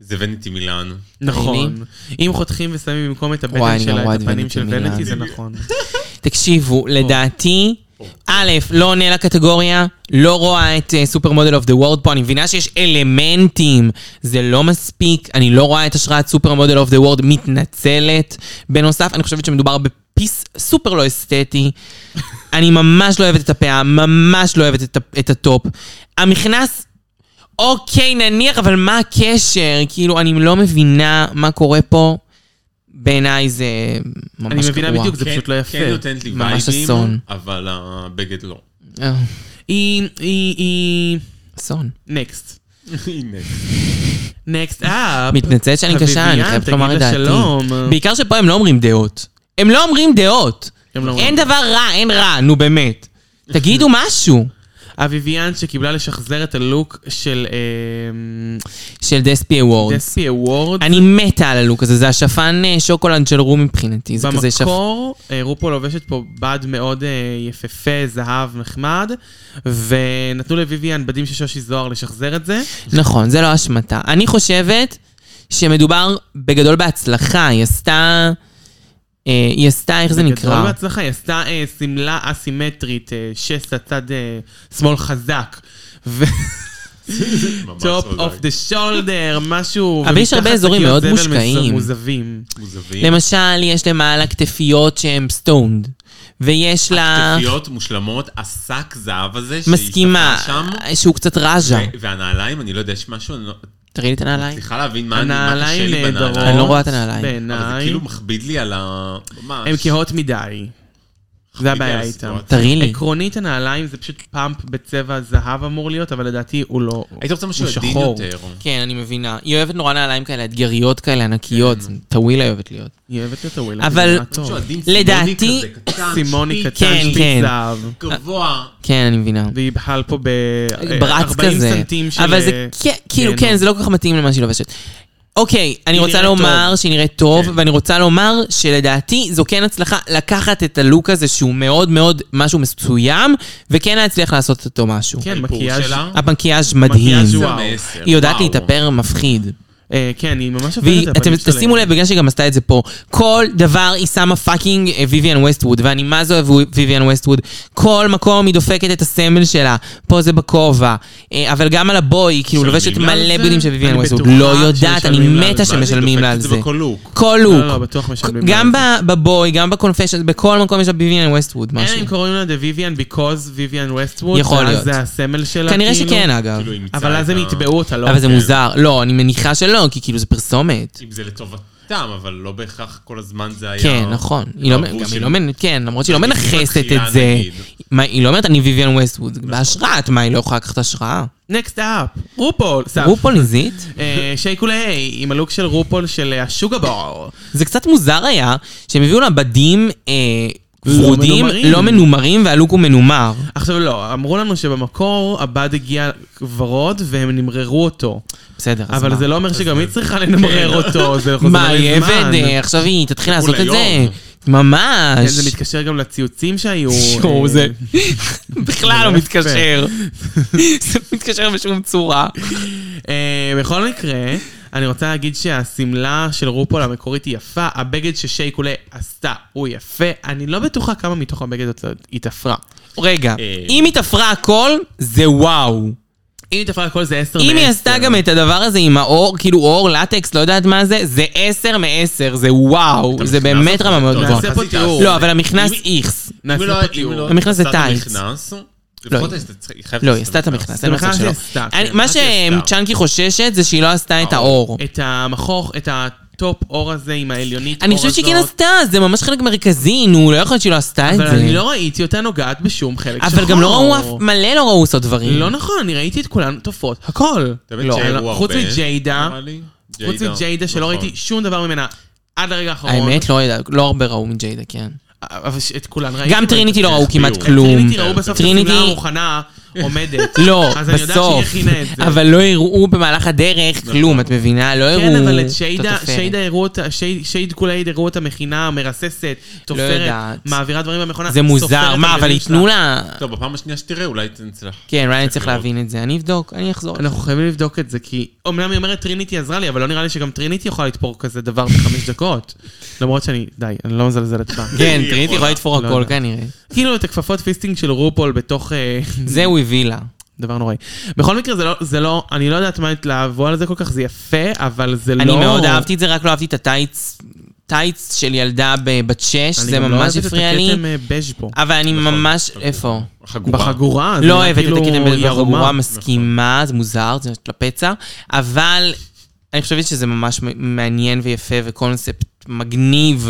זה וניטי מילאן.
נכון.
ראיני?
אם חותכים ושמים במקום את
וואי,
הבטן
אני גם
שלה,
רואה
את
את
הפנים
ונטי
של
מילאן.
ונטי, זה נכון.
תקשיבו, לדעתי, א', לא עונה לקטגוריה, לא רואה את סופר מודל אוף דה וורד פה, אני מבינה שיש אלמנטים, זה לא מספיק, אני לא רואה את השראת סופר מודל אוף דה וורד מתנצלת. בנוסף, אני חושבת שמדובר בפיס סופר לא אסתטי. אני ממש לא אוהבת את הפאה, ממש לא אוהבת את, ה- את הטופ. המכנס, אוקיי, נניח, אבל מה הקשר? כאילו, אני לא מבינה מה קורה פה. בעיניי זה ממש
אני
גרוע.
מבינה בדיוק, זה פשוט לא יפה.
כן נותנת לי
ממש
וייבים,
אסון.
אבל הבגד לא.
אה,
היא, היא, היא...
אסון.
נקסט.
הנה.
נקסט אפ.
מתנצלת שאני קשה, אני
אביביאן,
חייבת
תגיד
לומר
לה
את דעתי.
שלום.
בעיקר שפה הם לא אומרים דעות. הם לא אומרים דעות.
הם לא אומרים
אין דבר רע, אין רע, נו באמת. תגידו משהו.
אביביאן שקיבלה לשחזר את הלוק של אמ,
של דספי אוורדס.
דספי אוורד.
אוקיי. אני מתה על הלוק הזה, זה השפן אה, שוקולד של רום מבחינתי. זה כזה שפ...
במקור, אה, רופו לובשת פה בד מאוד אה, יפהפה, זהב, נחמד, ונתנו לוויביאן בדים של שושי זוהר לשחזר את זה.
נכון, זה לא אשמתה. אני חושבת שמדובר בגדול בהצלחה, היא עשתה... אה, היא עשתה, איך זה
גדול
נקרא?
בהצלחה, היא עשתה אה, שמלה אסימטרית, אה, שסע צד אה, שמאל חזק.
ממש
טופ
לא
אוף
די.
דה שולדר, משהו...
אבל יש הרבה
ומתחת
אזורים מאוד
שקיות זבל
מושקעים.
מוזבים.
מוזבים.
למשל, יש למעלה כתפיות שהן סטונד, ויש לה...
כפיות מושלמות, השק זהב הזה שהיא
מסכימה,
שמה שם,
שהוא קצת רז'ה.
ו- והנעליים, אני לא יודע, יש משהו, אני לא-
תראי לי את הנעליים.
צריכה להבין מה אני- מה קשה
הנעליים
לי
נהדרות.
בנעליים.
אני לא רואה את הנעליים. כאילו-
אבל זה
בעיניי.
כאילו מכביד לי על ה... ממש.
הן כהות מדי. זה הבעיה
על
איתן.
הסיטואציה.
תראי לי.
עקרונית הנעליים זה פשוט פאמפ בצבע זהב אמור להיות, אבל לדעתי הוא לא...
היית רוצה משהו
הוא
עדין
שחור.
יותר.
כן, אני מבינה. היא אוהבת נורא נעליים כאלה, אתגריות כאלה, ענקיות.
כן.
טווילה אוהבת להיות.
היא אוהבת את הווילר.
אבל-
משהו עדין
לדעתי-
סימוני כזה, קטן,
סימוני
שפיץ,
קטן,
כן,
שפיץ
כן.
זהב.
גבוה.
כן, אני מבינה.
והיא בכלל פה ב...
ברץ
40
כזה.
סנטים של... אה,
אבל זה כן, כאילו,
גיהנום.
כן, זה לא כל כך מתאים למה שהיא לובשת. אוקיי, אני
היא
רוצה
נראית
לומר
טוב.
שהיא נראית טוב,
כן.
ואני רוצה לומר שלדעתי זו כן הצלחה לקחת את הלוק הזה, שהוא מאוד מאוד משהו מסוים, וכן להצליח לעשות אותו משהו.
כן,
האיפור
מקיאז'
שלה.
המקיאז' מדהים.
מקיאז'
זה
וואו.
המסר,
כן. היא יודעת
וואו.
להתאפר מפחיד.
אה, כן, היא ממש עובדת על הפנים שלה.
ותשימו לב, בגלל שהיא גם עשתה את זה פה, כל דבר היא שמה פאקינג אה, ויויאן ווסטווד, ואני מה זה אוהב ויויאן ווסטווד. כל מקום היא דופקת את הסמל שלה, פה זה בכובע, אה, אבל גם על הבוי, כאילו
משלמים
לובשת
לה על
מלא
זה?
בגדים של ויויאן
אני
ווסטווד.
בטוחה
לא יודעת, אני
שמשלמים לה על
מתה
זה.
מה, אני
שמשלמים לה על
דופקת את
זה.
זה בכל לוק.
כל לוק.
לא, לא, בטוח משלמים
גם
לה
ב- בבוי, גם בקונפשן, בכל מקום יש לה ויויאן ווסטווד
אין,
משהו.
אם קוראים לה דה ויויאן, ביקוז ויויאן ווסטווד,
יכול
ואז
להיות.
זה הסמל שלה,
כנראה
כאילו.
שכן, אגב.
כאילו, היא אימצה
אבל אז
את
הם
ה-
יתבעו אותה, לא?
אבל זה מוזר. לא, אני מניחה שלא, כי כאילו זה פרסומת.
אם זה לטובתם, אבל לא בהכרח כל הזמן זה היה...
כן, נכון. היא לא,
בעבור
גם היא
של-
לא, מנ- כן, למרות שהיא לא
היא
מנכסת
מתחילה,
את זה.
נגיד.
מה, היא לא אומרת, אני ויויאן ווסטווד.
נכון.
בהשראה, את מה, היא לא יכולה לקחת השראה?
נקסט אפ, רופול, סף.
רופול נזית?
אה, שייקו להי, עם הלוק של רופול של אה, השוגבור.
זה קצת מוזר היה שהם הביאו לה בדים אה, ורודים,
מנומרים.
לא מנומרים, והלוק הוא מנומר.
עכשיו לא, אמרו לנו שבמקור הבד הגיע ורוד והם נמררו אותו.
בסדר, אז
אבל
מה?
זה לא אומר שגם היא צריכה לנמרר אותו, זה לא חוזר
מה, היא
לזמן.
עבד? אה, עכשיו היא תתחיל לעשות את זה?
היום.
כן,
ממש.
זה מתקשר גם לציוצים שהיו.
שואו,
אה,
זה בכלל לא
זה
מתקשר. זה לא מתקשר בשום צורה.
אה, בכל מקרה, אני רוצה להגיד שהשמלה של רופול המקורית היא יפה, הבגד ששייקולה עשתה הוא יפה, אני לא בטוחה כמה מתוך הבגד הזה היא תפרה.
רגע,
אה.
אם היא תפרה הכל, זה וואו.
אם היא תפרה הכל זה 10 מ-10.
אם היא עשתה גם את הדבר הזה עם האור, כאילו אור, לטקס, לא יודעת מה זה, זה עשר מעשר, זה וואו,
אתה
זה
מכנס
באמת
אותו,
רמה מאוד
אתה
גבוהה.
עושה פה תיאור.
לא, אבל המכנס
אם-
איכס.
אם
נעשה
לא-
פה
אם
תיאור.
לא
המכנס זה
עשתה את
טייץ.
המכנס,
לא,
לפחות
היא-
עשתה- היא חייבת
לא, היא
לעשות
עשתה את המכנס, אין
זה בכלל
מצב שלא.
שעשתה,
אני-
כן,
מה
מה שהיא עשתה.
שצ'אנקי חוששת זה שהיא לא עשתה את האור.
את המכוך, את הטופ אור הזה עם האליונית
אני
אור
חושבת שהיא כן
הזאת.
עשתה, זה ממש חלק מרכזי, נו, לא יכול להיות שהיא לא עשתה את זה.
אבל אני לא ראיתי אותה נוגעת בשום חלק שחור.
אבל גם לא ראו אף, מלא לא ראו עושות דברים.
לא נכון, אני ראיתי את כולן תופרות, הכל.
אתה באמת
לא,
שהראו
אני- חוץ
הרבה,
מג'יידה,
נראה לי.
חוץ מג'יידה שלא
נכון.
ראיתי שום דבר ממנה עד לרגע האחרון.
האמת, לא יודע, לא הרבה ראו מג'יידה, כן.
אבל ש- את כולן ראיתי.
גם טריניטי לא ראו
החביאו.
כמעט
כן,
כלום.
טריניטי ראו בסוף את
טריניטי-
השמלה המוכנה עומדת.
לא,
אז אני יודעת שהיא
בסוף.
הכינה את זה.
אבל לא יראו במהלך הדרך כלום, את מבינה? לא יראו את
כן, אבל את
התופרת.
שיידה, שיידה הראו אותה, שי- שייד קולייד הראו אותה מכינה, מרססת, תופרת,
לא יודעת.
מעבירה דברים במכונה,
זה
סופרת
מוזר,
את
מה, אבל
הבגדים
ייתנו
שלה.
לה...
טוב, בפעם השנייה שתראה, אולי תנצלח.
כן, אולי אני צריך
צריך לראות.
להבין את זה. אני אבדוק, אני אחזור.
נכון. אנחנו חייבים לבדוק את זה, כי אמנם היא אומרת טריניטי עזרה לי, אבל לא נראה לי שגם טריניטי יכולה לתפור כזה דבר בחמש דקות. למרות שאני, די, אני לא מזלזלת בה.
כן,
היא
טריניטי
יכולה.
יכולה לתפור
לא
הכל
יודע.
כנראה.
כאילו את הכפפות פיסטינג של רופול בתוך אה,
זה הוא הביא לה.
דבר נוראי. בכל מקרה, זה לא, זה לא, אני לא יודעת מה התלהבו על זה כל כך, זה יפה, אבל זה לא...
אני מאוד אהבתי את זה, רק לא אהבתי את הטייץ, טייץ של ילדה בבת שש,
אני
זה
גם לא
ממש
אוהבת את
הפריע לי.
הכתם, נכון. אה, בז' פה.
אבל אני ממש,
בחגורה.
איפה?
החגורה.
בחגורה.
לא
זה נראה
אוהבת את
כאילו
הכתם בז'
ירומה.
בחגורה, מסכימה, זה מוזר, זה לפצע, אבל אני חושבת שזה ממש מ- מעניין ויפה וקונספט מגניב.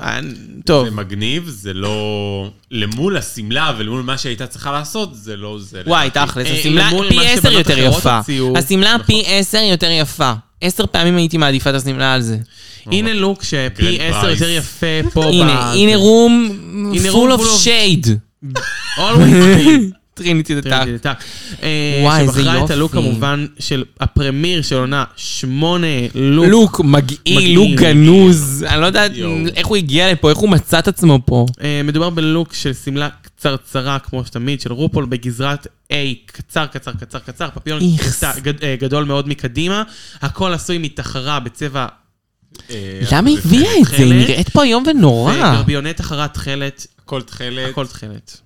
אה, טוב,
זה מגניב, זה לא... למול השמלה ולמול מה שהייתה צריכה לעשות, זה לא זה.
וואי, תכלס,
אה,
השמלה
למול מה
פי עשר
שבנות
יותר
אחרות
יפה.
הוציאו. נכון.
השמלה פי עשר יותר יפה. עשר פעמים הייתי מעדיפה את השמלה על זה.
הנה לוק שפי
גרנד
10 יותר
פרייס.
יפה פה.
הנה,
ב-
הנה רום
הנה
full
room
of
full of-
shade.
Always
טריניטי דה טאק.
טריניטי דתק. אה,
וואי, איזה
שבחרה את הלוק
יופי.
כמובן של הפרמיר של עונה שמונה, לוק.
לוק מגעיל,
מגעיל.
לוק גנוז. אני לא יודעת
יואו.
איך הוא הגיע לפה, איך הוא מצא את עצמו פה.
אה, מדובר בלוק של שמלה קצרצרה, כמו שתמיד, של רופול בגזרת A, קצר, קצר, קצר, קצר, פפיון
איכס.
קצר- גד- אה, גדול מאוד מקדימה, הכל עשוי מתחרה בצבע
אה,
למה היא הביאה את זה? היא
תכלת.
נראית פה איום ונורא.
גרביונט אחרה תכלת,
הכל תכלת,
הכל תכלת.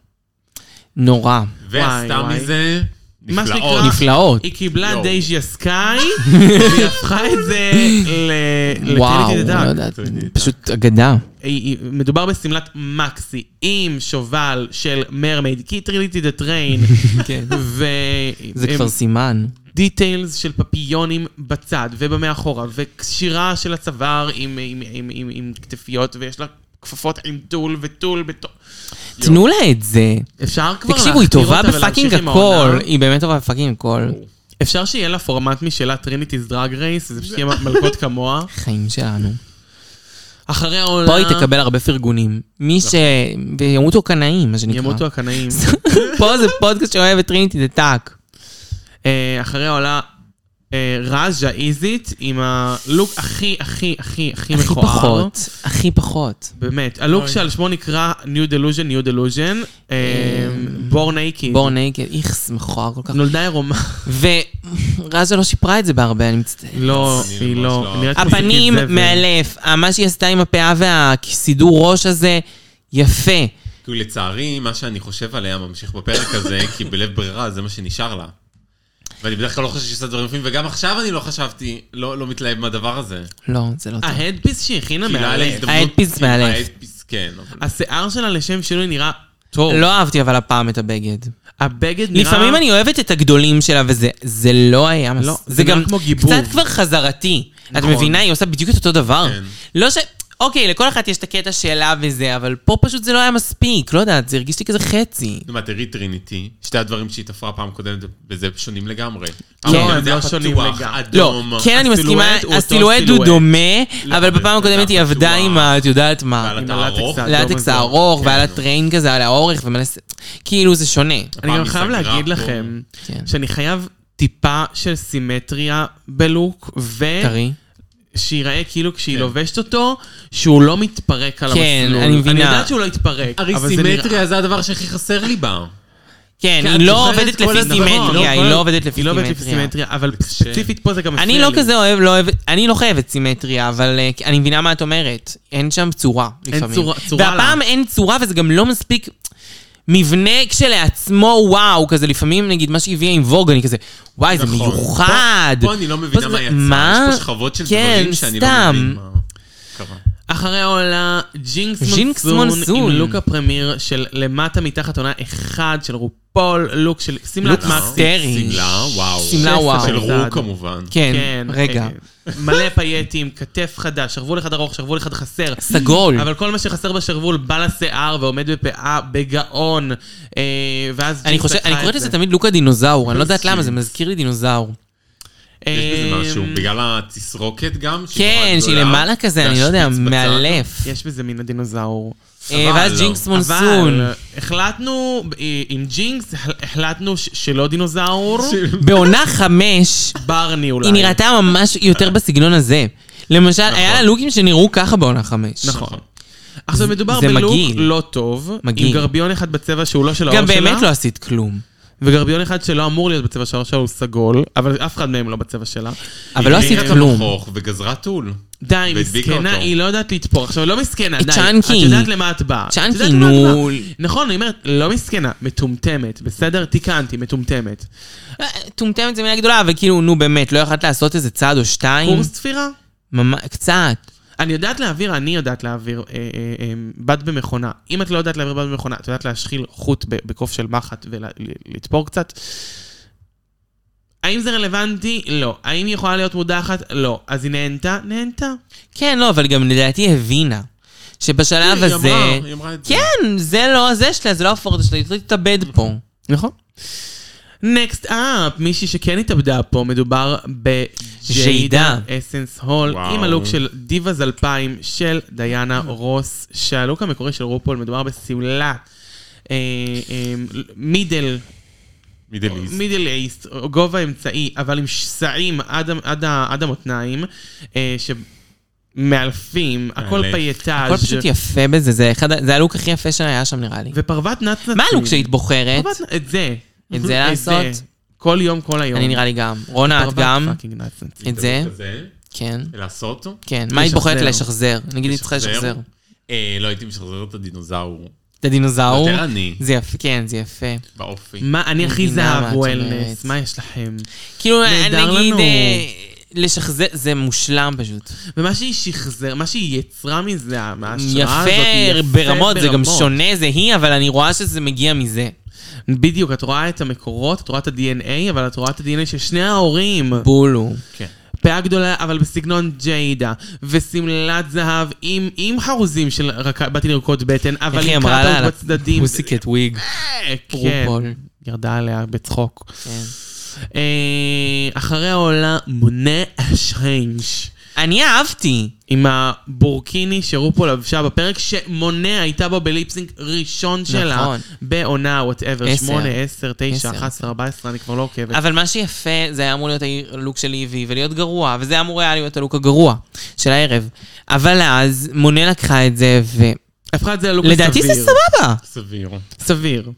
נורא.
ועשתה
וואי, וואי.
מזה
מה שנקרא-
נפלאות.
נפלאות.
היא קיבלה
יואו.
דייג'יה סקאי, והיא הפכה את זה ל-
וואו,
לטריניטי דה
אני לא
דאק.
יודעת,
טריניטי דה דאק.
פשוט אגדה.
היא- היא- מדובר בשמלת מקסי עם שובל של מרמייד, כי טריליטי דה טריין,
כן.
ו...
זה כבר סימן.
דיטיילס של פפיונים בצד ובמאחורה, וקשירה של הצוואר עם, עם, עם, עם, עם כתפיות, ויש לה כפפות עם טול וטול בתו...
תנו לה את זה.
אפשר כבר
תקשיבו, היא
להחדיר
טובה
אותה
בפאקינג
ולהמשיך עם העונה?
הכל. היא באמת טובה בפאקינג הכל.
אפשר שיהיה לה פורמט משלה טריניטיז דרג רייס, זה פשוט יהיה מלכות כמוה.
חיים שלנו.
אחרי העונה...
פה היא תקבל הרבה פרגונים. מי
נכון.
ש... וימותו קנאים, מה שנקרא.
ימותו הקנאים.
פה זה פודקאסט שאוהב את טריניטי, זה טאק.
אה, אחרי העולה אה, ראז'ה איזית, עם הלוק הכי, הכי, הכי,
הכי
הכי מכוער.
פחות, הכי פחות.
באמת, הלוק שעל שמו נקרא New Delusion, New Delusion, אה,
אה,
בור נייקי.
בור נגד, איכס, מכוער כל כך.
נולדה עירומה.
ורזה לא שיפרה את זה בהרבה, אני מצטער.
לא,
אני
היא
ממש
לא.
לא.
היא נראית כמו
הפנים
שקית זבל.
מאלף, מה שהיא עשתה עם הפאה והסידור ראש הזה, יפה.
כאילו, לצערי, מה שאני חושב עליה ממשיך בפרק הזה, כי בלב ברירה זה מה שנשאר לה. ואני בדרך כלל לא חושב שהיא עושה דברים יפים, וגם עכשיו אני לא חשבתי, לא לא מתלהב מהדבר הזה.
לא, זה לא טוב.
ההדפיס שהכינה
כאילו, היה לה
מעלה.
הזדמנות-
ההדפיס מאלף.
ההדפיס, כן. אבל-
השיער שלה לשם שינוי נראה טוב.
לא אהבתי אבל הפעם את הבגד.
הבגד נראה...
לפעמים אני אוהבת את הגדולים שלה וזה, זה לא היה מס...
לא, זה נראה כמו גיבוב.
קצת כבר חזרתי. את מבינה, היא עושה בדיוק את אותו דבר.
כן.
לא ש... אוקיי, לכל אחת יש את הקטע שלה וזה, אבל פה פשוט זה לא היה מספיק, לא יודעת, זה הרגיש לי כזה חצי.
נו, מה, תראי טריניטי, שתי הדברים שהיא תפרה פעם קודמת, וזה שונים לגמרי.
הם
זה
לא
היה פתוח,
שונים לגמרי.
לא,
אדום.
כן, אני מסכימה,
הסילואט הוא אותו
הסילואט הוא
סילואט.
דומה,
לא,
אבל
אבל
בפעם
זה
הקודמת היא
היה
עבדה
פתוח.
עם ה... את יודעת מה,
ועל
עם הלטקס
התערוך.
האדום.
על הטקס
הזה.
הארוך
כן,
ועל
נו.
הטריין כזה, על האורך ומלא... ס- כאילו זה שונה.
אני גם
הפעם
חייב
היא סגרה
להגיד
פה.
לכם,
כן.
שאני חייב טיפה של סימטריה בלוק,
טרי.
ושיראה כאילו כשהיא
כן.
לובשת אותו, שהוא לא מתפרק על
כן,
המסלול.
אני
אני
מבינה.
יודעת שהוא לא יתפרק, אבל זה נראה...
הריסימטריה זה הדבר שהכי חסר לי בה.
כן,
כן,
היא
את
לא
זוכרת
עובדת
כל
לפי
הדבר,
סימטריה, היא
כל-
לא עובדת לפי
היא לא עובדת לפי
סימטריה.
סימטריה, אבל
קשה.
ספציפית פה זה גם מפריע
אני
לי.
לא כזה אוהב, לא אוהב, אני לא חייבת סימטריה, אבל אה, אני מבינה מה את אומרת. אין שם צורה,
אין
לפעמים.
צורה- צורה
והפעם
לה.
אין צורה, וזה גם לא מספיק מבנה כשלעצמו, וואו, כזה לפעמים, נגיד, מה שהביאה עם ווג, אני כזה, וואי, זה
נכון.
מיוחד.
פה- פה אני לא מבינה
זה-
מה יצא.
מה?
יש פה שכבות של
כן,
דברים שאני לא
סתם.
מבין מה קרה.
אחרי העולה, ג'ינקס
ג'ינקס
מונסון, עם
מונסון.
לוק הפרמיר של למטה מתחת עונה אחד של רופול, לוק של שמלת
לוק
מקסי.
היסטרי.
שמלה, וואו.
שמלה, וואו.
של רו
בצד.
כמובן.
כן, רגע.
אה, מלא פייטים, כתף חדש, שרוול אחד ארוך, שרוול אחד חסר.
סגול.
אבל כל מה שחסר בשרוול בא לשיער ועומד בפאה בגאון. אה, ואז
אני
ג'ינקס
חושב,
לקחה
אני
את
קוראת
זה.
לזה תמיד לוק הדינוזאור, אני לא יודעת למה, זה מזכיר לי דינוזאור.
יש בזה
אה,
משהו, בגלל התסרוקת גם. שהיא
כן,
נורא
שהיא
גדולה,
למעלה כזה, אני לא יודע,
והשפיץ בצד.
מאלף.
יש בזה מן הדינוזאור.
אה,
אבל
ואז
לא.
ג'ינקס מונסון.
אבל החלטנו, אה, עם ג'ינקס, החלטנו ש- שלא דינוזאור,
בעונה חמש,
ברני אולי.
היא נראתה ממש יותר בסגנון הזה. למשל,
נכון.
היה לה לוקים שנראו ככה בעונה חמש.
נכון. עכשיו, מדובר
זה
בלוק
מגעיל.
לא טוב,
מגעיל.
עם גרביון אחד בצבע שהוא לא של האור
גם
שלה.
באמת לא עשית כלום.
וגרביון אחד שלא אמור להיות בצבע של האור שלה הוא סגול, אבל אף אחד מהם לא בצבע שלה.
אבל לא עשית
היא
כלום.
במכוך וגזרה טול.
די,
והדביקה
מסכנה,
אותו.
היא לא יודעת לתפור. עכשיו, לא מסכנה,
את
די.
צ'אנקי.
את יודעת למה את באה. את
צ'אנקי,
יודעת למה את
נו.
באה. נכון, אני אומרת, לא מסכנה, מטומטמת, בסדר? תיקנתי, מטומטמת.
אה, טומטמת זה מילה גדולה, אבל כאילו, נו באמת, לא יכולת לעשות איזה צעד או שתיים?
קורס תפירה?
ממש- קצת.
אני יודעת להעביר, אני יודעת להעביר אה, אה, אה, בד במכונה. אם את לא יודעת להעביר בד במכונה, את יודעת להשחיל חוט ב- בקוף של מחט ולתפור קצת? האם זה רלוונטי? לא. האם היא יכולה להיות מודחת? לא. אז היא נהנתה? נהנתה.
כן, לא, אבל גם לדעתי הבינה. שבשלב
היא
הזה...
אמרה, היא אמרה את זה.
אה, כן, זה לא זה שלה, זה לא הפורטה שלה, היא תתאבד פה.
נכון. נקסט אפ, מישהי שכן התאבדה פה, מדובר בג'יידה
ג'יידה.
אסנס הול,
וואו.
עם הלוק של דיווה זלפיים של דיאנה רוס, שהלוק המקורי של רופול מדובר בסמלה. אה, אה, מידל,
מידל איסט.
מידל אייסט, גובה אמצעי, אבל עם שסעים עד, ה- עד, ה- עד המותניים, אה, שמאלפים, הכל
מאלף.
הכל
פייטאז'
פשוט יפה בזה, זה אחד- זה הלוק הכי יפה שהיה שם נראה לי.
ופרוות נצנצים.
מה הלוק שהיית בוחרת?
פרוות- את זה.
את זה לעשות?
זה. כל יום, כל היום.
אני נראה לי גם. רונה, את
פרוות
גם?
פאקינג נצנצים.
את זה?
כזה,
כן.
לעשות אותו.
כן. מה היית
לשחזר.
בוחרת לשחזר? נגיד היית צריכה
לשחזר?
לשחזר.
אה, לא הייתי משחזר את הדינוזאור.
את הדינוזאור?
יותר אני.
זה יפה, כן, זה יפה.
באופי.
מה, אני הכי
מבינה מה
זהב
את
וולנס,
אומרת.
מה יש לכם?
כאילו,
נהדר
נגיד,
לנו.
אה, לשחזר, זה מושלם פשוט.
ומה שהיא שחזר, מה שהיא יצרה מזה, מההשראה הזאת,
יפה ברמות, זה גם שונה, זה היא, אבל אני רואה שזה מגיע מזה.
בדיוק, את רואה את המקורות, את רואה את ה-DNA, אבל את רואה את ה-DNA של שני ההורים.
בולו.
כן.
פאה גדולה, אבל בסגנון ג'יידה, ושמלת זהב עם, עם חרוזים של רק... באתי לרקוד בטן, אבל
איך היא
עם
אמרה לה?
קאטות
על
בצדדים.
הפוסיקט וויג.
אה, כן.
רופול.
ירדה עליה בצחוק.
כן.
אה, אחרי העולם מונה אשריינש.
אני אהבתי.
עם הבורקיני שרופו לבשה בפרק שמונה הייתה בו בליפסינג ראשון שלה.
נכון.
בעונה, וואטאבר,
עשר.
8, 10, 9,
עשר.
11, 14, אני כבר לא עוקבת.
אבל מה שיפה, זה היה אמור להיות הלוק של איבי ולהיות גרוע, וזה אמור היה להיות הלוק הגרוע של הערב. אבל אז מונה לקחה את זה,
הפכה את זה ללוק
ולדעתי זה
סביר.
סבבה.
סביר.
סביר.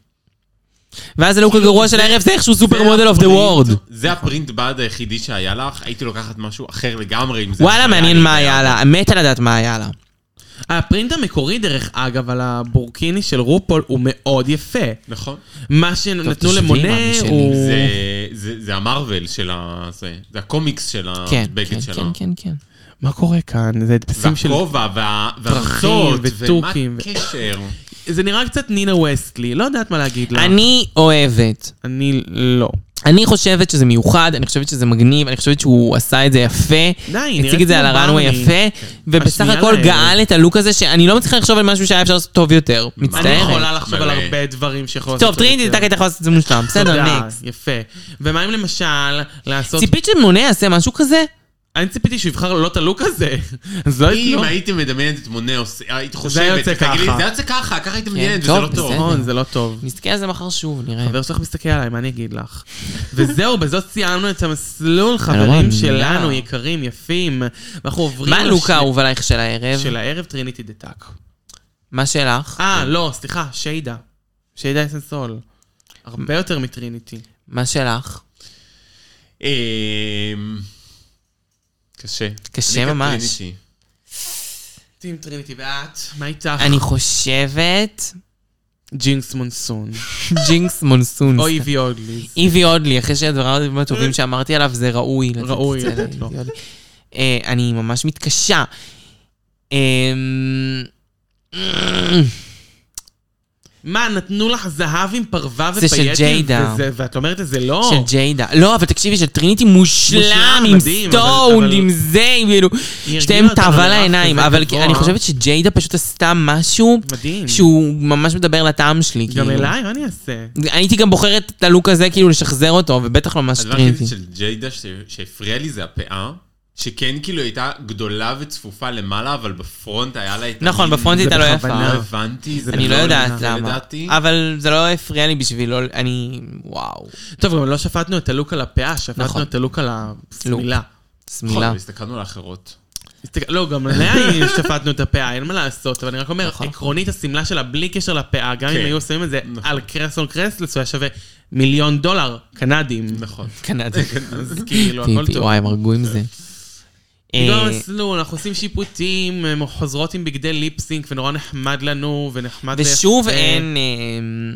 ואז הלוק הגרוע של הערב זה איכשהו סופר מודל אוף דה
הפרינט-
וורד.
זה הפרינט בד היחידי שהיה לך, הייתי לוקחת משהו אחר לגמרי עם זה.
וואלה, מעניין
לי
מה היה לה. מתה לדעת מה היה לה.
הפרינט המקורי, דרך אגב, על הבורקיני של רופול הוא מאוד יפה.
נכון.
מה שנתנו
תשבי, מאמי
למונה
שלי.
הוא...
אה.
זה- זה- זה המרוול של ה... זה- זה הקומיקס של
כן,
הבגד
כן,
שלה.
כן, כן, כן.
מה קורה כאן? זה הדפסים של...
והכובע, וה- והמצות, ומה
ותוכים, ו-
הקשר?
לא
זה נראה קצת נינה ווסטלי, לא יודעת מה להגיד לה.
אני אוהבת.
אני לא.
אני חושבת שזה מיוחד, אני חושבת שזה מגניב, אני חושבת שהוא עשה את זה יפה.
די, נראית
הציג את זה
כמו
על הראנווי
ברני.
יפה, ובסך
השנייה
הכל
לערב.
גאל את הלוק הזה, שאני לא מצליחה לחשוב על משהו שהיה אפשר לעשות טוב יותר.
אני
מצטערת.
יכולה לחשוב על
מלא.
הרבה דברים שיכול לעשות.
טוב, טריניטי דקה הייתה יכולה לעשות את זה מושלם, בסדר,
תודה,
ניקס.
יפה. ומה אם למשל לעשות...
ציפית שמונה יעשה משהו כזה?
אני ציפיתי שהוא יבחר לא את הלוק הזה. אז לא
אם
ייתנו.
הייתי מדמיינת את מונה, עושה- היית חושבת,
יוצא
תגידי לי,
ככה.
זה יוצא ככה, ככה הייתי מדמיינת, וזה
כן. טוב,
לא טוב.
בסדר.
נכון, זה לא טוב.
נסתכל על זה מחר שוב, נראה.
חבר שלך מסתכל עליי, מה אני אגיד לך? וזהו, בזאת סיימנו את המסלול,
לא מאמינה.
חברים שלנו, יקרים, יפים. אנחנו עוברים...
מה הלוק
לשני-
האהוב עלייך של הערב?
של הערב טריניטי דה טאק.
מה שלך?
אה, לא, סליחה, שיידה. שיידה אסנסול. הרבה יותר מטריניטי.
מה שלך?
אמ, קשה.
קשה
אני
ממש.
כטריניטי.
טים טריניטי ואת, מה איתך?
אני חושבת...
ג'ינקס מונסון.
ג'ינקס מונסון.
או איבי אודליז.
איבי אודלי, אחרי שהדברים הטובים שאמרתי עליו, זה ראוי. לתת
Mm. ראוי, לא.
את זה
לתת
לאיבי
לו.
אודלי. אה, אני ממש מתקשה. אמ,
מה, נתנו לך זהב עם פרווה
זה של
ופייטים?
ג'יידה.
וזה- ואת אומרת את זה לא.
של ג'יידה. לא, אבל תקשיבי, של טריניטי מושלם,
מושלם,
עם
מדהים, אבל-
סטונד,
אבל-
עם זה, עם כאילו,
הרגילה
שתיהם
אותנו
תאווה
לרף
לעיניים.
כזה
אבל
גבוה.
אני חושבת שג'יידה פשוט עשתה משהו
מדהים.
שהוא ממש מדבר לטעם שלי,
גם
כאילו.
אליי, מה אני אעשה?
הייתי גם בוחרת את הלוק הזה, כאילו, לשחזר אותו, ובטח לא מה של
הדבר היחיד
טריניטי.
של ג'יידה ש- שהפריע לי זה הפאה, שכן כאילו הייתה גדולה וצפופה למעלה, אבל בפרונט היה לה את...
נכון,
המין-
בפרונט
זה
הייתה לא
בכוונה.
יפה.
לא הבנתי, זה
אני לא
בכלל
יודעת
זה
למה.
לדעתי.
אבל זה לא הפריע לי בשביל לא... אני... וואו.
טוב, גם לא שפטנו את הלוק על הפאה,
נכון.
שפטנו את הלוק על השמילה.
נכון,
סמילה.
אבל הסתכלנו על האחרות.
הסתכל- לא, גם עליה שפטנו את הפאה, אין מה לעשות, אבל אני רק אומר,
נכון.
עקרונית השמלה שלה, בלי קשר לפאה, גם אם
כן.
היו שמים את זה
נכון.
על קרס און קרסלס, הוא היה שווה מיליון דולר קנדים.
נכון.
קנדי.
אז כאילו, הכל
טיפי,
טוב. כאילו,
וואי, הם הרגו עם זה.
בגלל
אה,
המסלול, אנחנו עושים שיפוטים, הם חוזרות עם בגדי ליפסינק, ונורא נחמד לנו, ונחמד...
ושוב
ויפה.
אין... אה,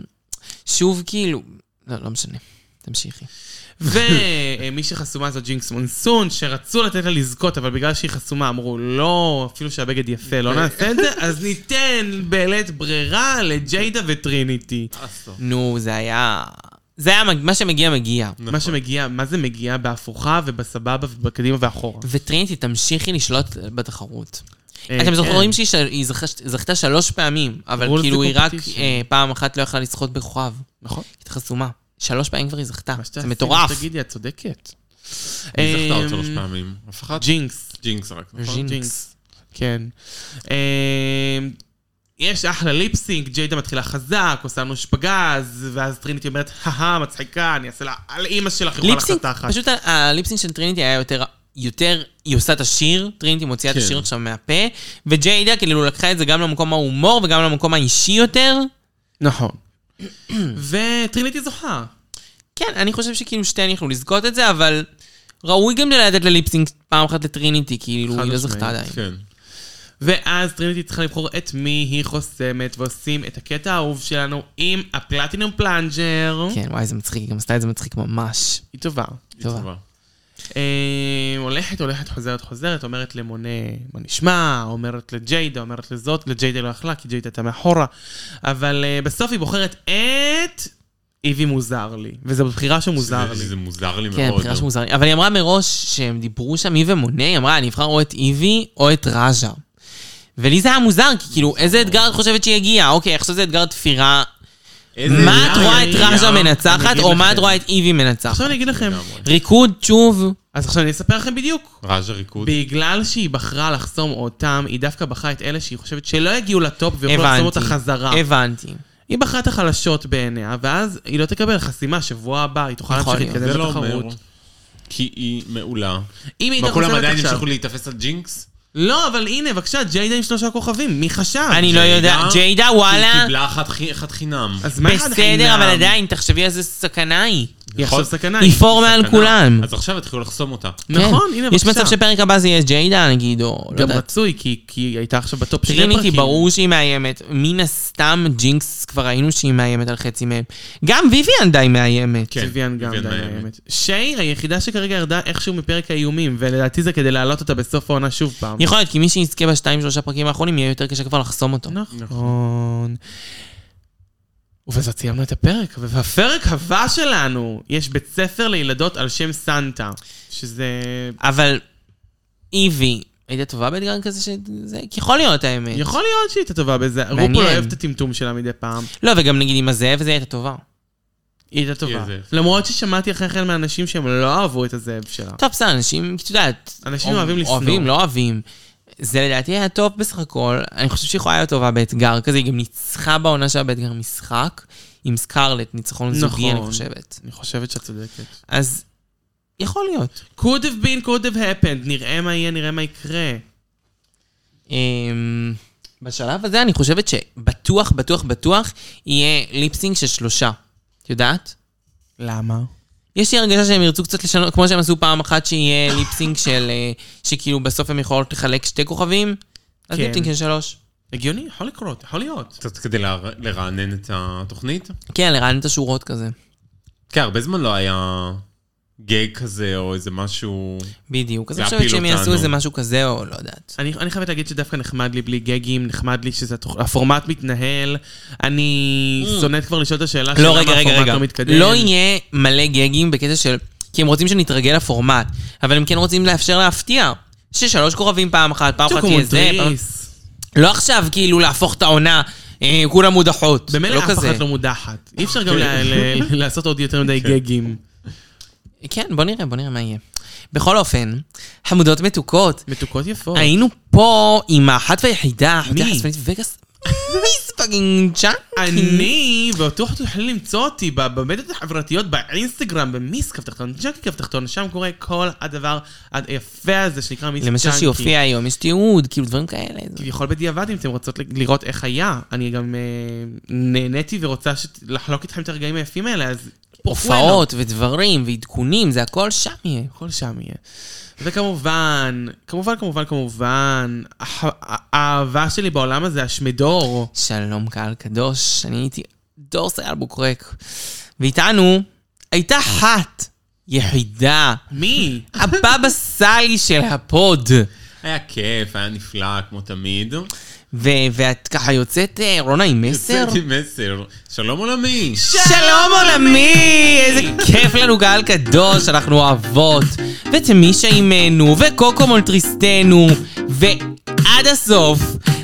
שוב כאילו... לא, לא משנה. תמשיכי.
ומי שחסומה זו ג'ינקס מונסון, שרצו לתת לה לזכות, אבל בגלל שהיא חסומה אמרו, לא, אפילו שהבגד יפה, לא נעשה את זה, אז ניתן בלית ברירה לג'יידה וטריניטי.
אסו.
נו, זה היה... זה היה... מג- מה שמגיע, מגיע.
נכון.
מה שמגיע, מה זה מגיע בהפוכה ובסבבה ובקדימה ואחורה.
וטריניטי, תמשיכי לשלוט בתחרות.
אה,
אתם
כן.
זוכרים שהיא של- היא זכ- זכתה שלוש פעמים, אבל
Rules
כאילו היא רק
competition.
אה, פעם אחת לא יכלה לזכות בכוכב.
נכון.
היא חסומה. שלוש פעמים כבר היא זכתה.
מה שתעשי,
זה מטורף.
תגידי, את צודקת.
היא זכתה עוד
אמ,
שלוש פעמים. אף אחת?
ג'ינקס.
ג'ינקס רק, נכון?
ג'ינקס.
ג'ינקס. כן. אמ, יש אחלה ליפסינק, ג'יידה מתחילה חזק, עושה לנו שפגז, ואז טריניטי אומרת, הא מצחיקה, אני אעשה לה על אימא שלך, יכולה לך
ליפסינג,
תחת.
פשוט ה- הליפסינג של טריניטי היה יותר, יותר, היא עושה את השיר, טריניטי מוציאה את
כן.
השיר עכשיו מהפה, וג'יידה כאילו לקחה את זה גם למקום ההומור וגם למקום האישי יותר.
נכון. וטריניטי זוכה.
כן, אני חושב שכאילו שתיהן יכלו לזכות את זה, אבל ראוי גם לתת לליפסינג פעם אחת לטריניטי, כאילו,
חד
היא לא זכתה
משמעית,
עדיין.
כן.
ואז טריניטי צריכה לבחור את מי היא חוסמת, ועושים את הקטע האהוב שלנו עם הפלטינום פלנג'ר.
כן, וואי, זה מצחיק, היא גם עשתה את זה מצחיק ממש.
היא טובה.
היא
טובה.
טובה.
אה, הולכת, הולכת, חוזרת, חוזרת, אומרת למונה, מה נשמע? אומרת לג'יידה, אומרת לזאת, לג'יידה לא יכלה, כי ג'יידה הייתה מאחורה. אבל אה, בסוף היא בוחרת את איבי מוזר לי, וזו בחירה שמוזר לי.
זה מוזר לי מאוד.
כן, בחירה שמוזר לי. אבל היא אמרה מראש שהם דיברו שם, היא ומונה, היא אמרה, אני אבחר או את איבי או את רג'ה. ולי זה היה מוזר, כי כאילו, איזה אתגר את חושבת שיגיע? אוקיי, עכשיו זה אתגר תפירה.
איזה
מה
אה,
את
עניין
רואה את
היה.
רג'ה מנצחת,
אגיד
או מה
לכם.
את רואה את איבי
עכשיו
מנצחת?
אני אגיד לכם,
לגמרי.
ריקוד, שוב.
אז עכשיו אני אספר לכם בדיוק.
רג'ה ריקוד.
בגלל שהיא בחרה לחסום אותם, היא דווקא בחרה את אלה שהיא חושבת שלא יגיעו לטופ ויוכלו לחסום
הבנתי.
אותה חזרה.
הבנתי.
היא בחרה את החלשות בעיניה, ואז היא לא תקבל חסימה שבוע הבא, היא תוכל
יכול
להמשיך
להיות.
להתקדם
זה לא אומר.
בתחרות.
כי היא מעולה.
אם היא
מה,
הייתה
כולם
חושבת
עדיין
עכשיו...
המשיכו להיתפס על ג'ינקס?
לא, אבל הנה, בבקשה, ג'יידה עם שלושה כוכבים, מי חשב?
אני לא יודע, ג'יידה,
היא
וואלה,
קיבלה אחת חי- אחת חינם.
אז מה אחד
בסדר,
חינם?
אבל עדיין, תחשבי איזה סכנה היא.
היא
נכון.
עכשיו סכנה.
היא
היא-
פור מעל
סכנה.
כולם. כן.
אז עכשיו התחילו לחסום אותה.
נכון, הנה,
יש
בבקשה.
מצב שפרק הבא זה יהיה ג'יידה, נגיד, או לא
גם
יודעת.
רצוי, כי כי היא הייתה עכשיו בטופ שני פרקים.
טריניטי ברור שהיא מאיימת, מן הסתם ג'ינקס כבר ראינו שהיא מאיימת על חצי מהם. גם ויויאן די מאיימת.
כן,
ויויאן גם
ויויאן
די
מאיימת.
מאיימת. שיי, היחידה שכרגע ירדה איכשהו מפרק האיומים, ולדעתי זה כדי להעלות אותה בסוף העונה שוב פעם.
יכול להיות, כי מי שיזכה בשתיים שלושה פרקים האחרונים יהיה יותר קשה כבר לחסום אותו.
נכון. ובזאת סיימנו את הפרק, ובפרק הבא שלנו יש בית ספר לילדות על שם סנטה, שזה...
אבל איבי, הייתה טובה באתגר כזה שזה... כי יכול להיות האמת.
יכול להיות שהיא הייתה טובה בזה,
כן. מעניין.
רופול אוהב את הטמטום שלה מדי פעם.
לא, וגם נגיד עם הזאב זה הייתה טובה.
היא הייתה טובה.
איזה-
למרות ששמעתי אחרי כן מאנשים שהם לא אהבו את הזאב שלה.
טוב, בסדר, אנשים, את יודעת...
אנשים
אוה-
אוהבים לשנוא.
אוהבים, לא אוהבים. זה לדעתי היה טוב בסך הכל. אני חושב שהיא יכולה להיות טובה באתגר כזה, היא גם ניצחה בעונה שלה באתגר משחק, עם סקרלט, ניצחון זוגי, אני
נכון.
חושבת.
אני חושבת שאת צודקת.
אז יכול להיות.
could have been, could have happened, נראה מה יהיה, נראה מה יקרה.
אמ, בשלב הזה אני חושבת שבטוח, בטוח, בטוח יהיה ליפסינג של שלושה. את יודעת?
למה?
יש לי הרגשה שהם ירצו קצת לשנות, כמו שהם עשו פעם אחת שיהיה ליפסינג של... אה, שכאילו בסוף הם יכולות לחלק שתי כוכבים, אז
כן.
ליפסינג של שלוש.
הגיוני, יכול לקרות, יכול להיות.
קצת כדי לר- לרענן את התוכנית.
כן, לרענן את השורות כזה.
כן, הרבה זמן לא היה גג כזה או איזה משהו...
בדיוק. אז
זה
אני חושבת
הפיל
שהם יעשו
אותנו.
איזה משהו כזה, או לא יודעת.
אני, אני חייבת להגיד שדווקא נחמד לי בלי גגים, נחמד לי שהפורמט מתנהל. אני שונאת כבר לשאול את השאלה של
Mm. לא, רגע,
למה
רגע,
הפורמט
רגע.
לא מתקדם.
לא יהיה מלא גגים בקטע של... כי הם רוצים שנתרגל לפורמט, אבל הם כן רוצים לאפשר להפתיע. ששלוש כוכבים פעם אחת, פעם אחת תהיה זה, פעם...
צ'וקומונטריס.
לא עכשיו כאילו להפוך את העונה, אה, כולם מודחות.
במילא
לא
אף
כזה.
אחת לא מודחת. אי אפשר גם ל- ל- לעשות עוד יותר מדי גגים.
כן, בוא נראה, בוא נראה מה יהיה. בכל אופן, חמודות מתוקות,
מתוקות יפות.
היינו פה עם האחת והיחידה, החותך
מי?
הספנית וגאס, מיס פאגינג צ'אנקי.
אני בטוח תוכלי למצוא אותי ב- במדיות החברתיות, באינסטגרם, במיס קו תחתון, ג'אנקי קו תחתון, שם קורה כל הדבר היפה הזה שנקרא מיס ג'אנקי.
למשל שהיא הופיעה היום, יש תיעוד, כאילו דברים כאלה. זה-
כביכול בדיעבד, אם אתם רוצות ל- לראות איך היה, אני גם אה, נהניתי ורוצה שת- לחלוק איתכם את הרגעים היפים האלה, אז... פורפואנו.
הופעות ודברים ועדכונים, זה הכל שם יהיה.
הכל שם יהיה. וכמובן, כמובן, כמובן, כמובן, הח- הא- האהבה שלי בעולם הזה, השמדור.
שלום קהל קדוש, אני הייתי דור סייל בוקרק. ואיתנו הייתה אחת, יחידה,
מי?
הבבא סאלי של הפוד.
היה כיף, היה נפלא, כמו תמיד.
ו- ואת ככה יוצאת, אה, רונה, עם מסר?
יוצאתי מסר. שלום עולמי.
שלום עולמי! איזה כיף לנו, קהל קדוש, אנחנו אוהבות. ואת מישה אימנו, וקוקו מולטריסטנו, ועד הסוף,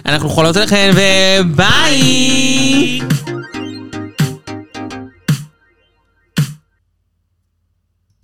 אנחנו חולות עליכם, וביי!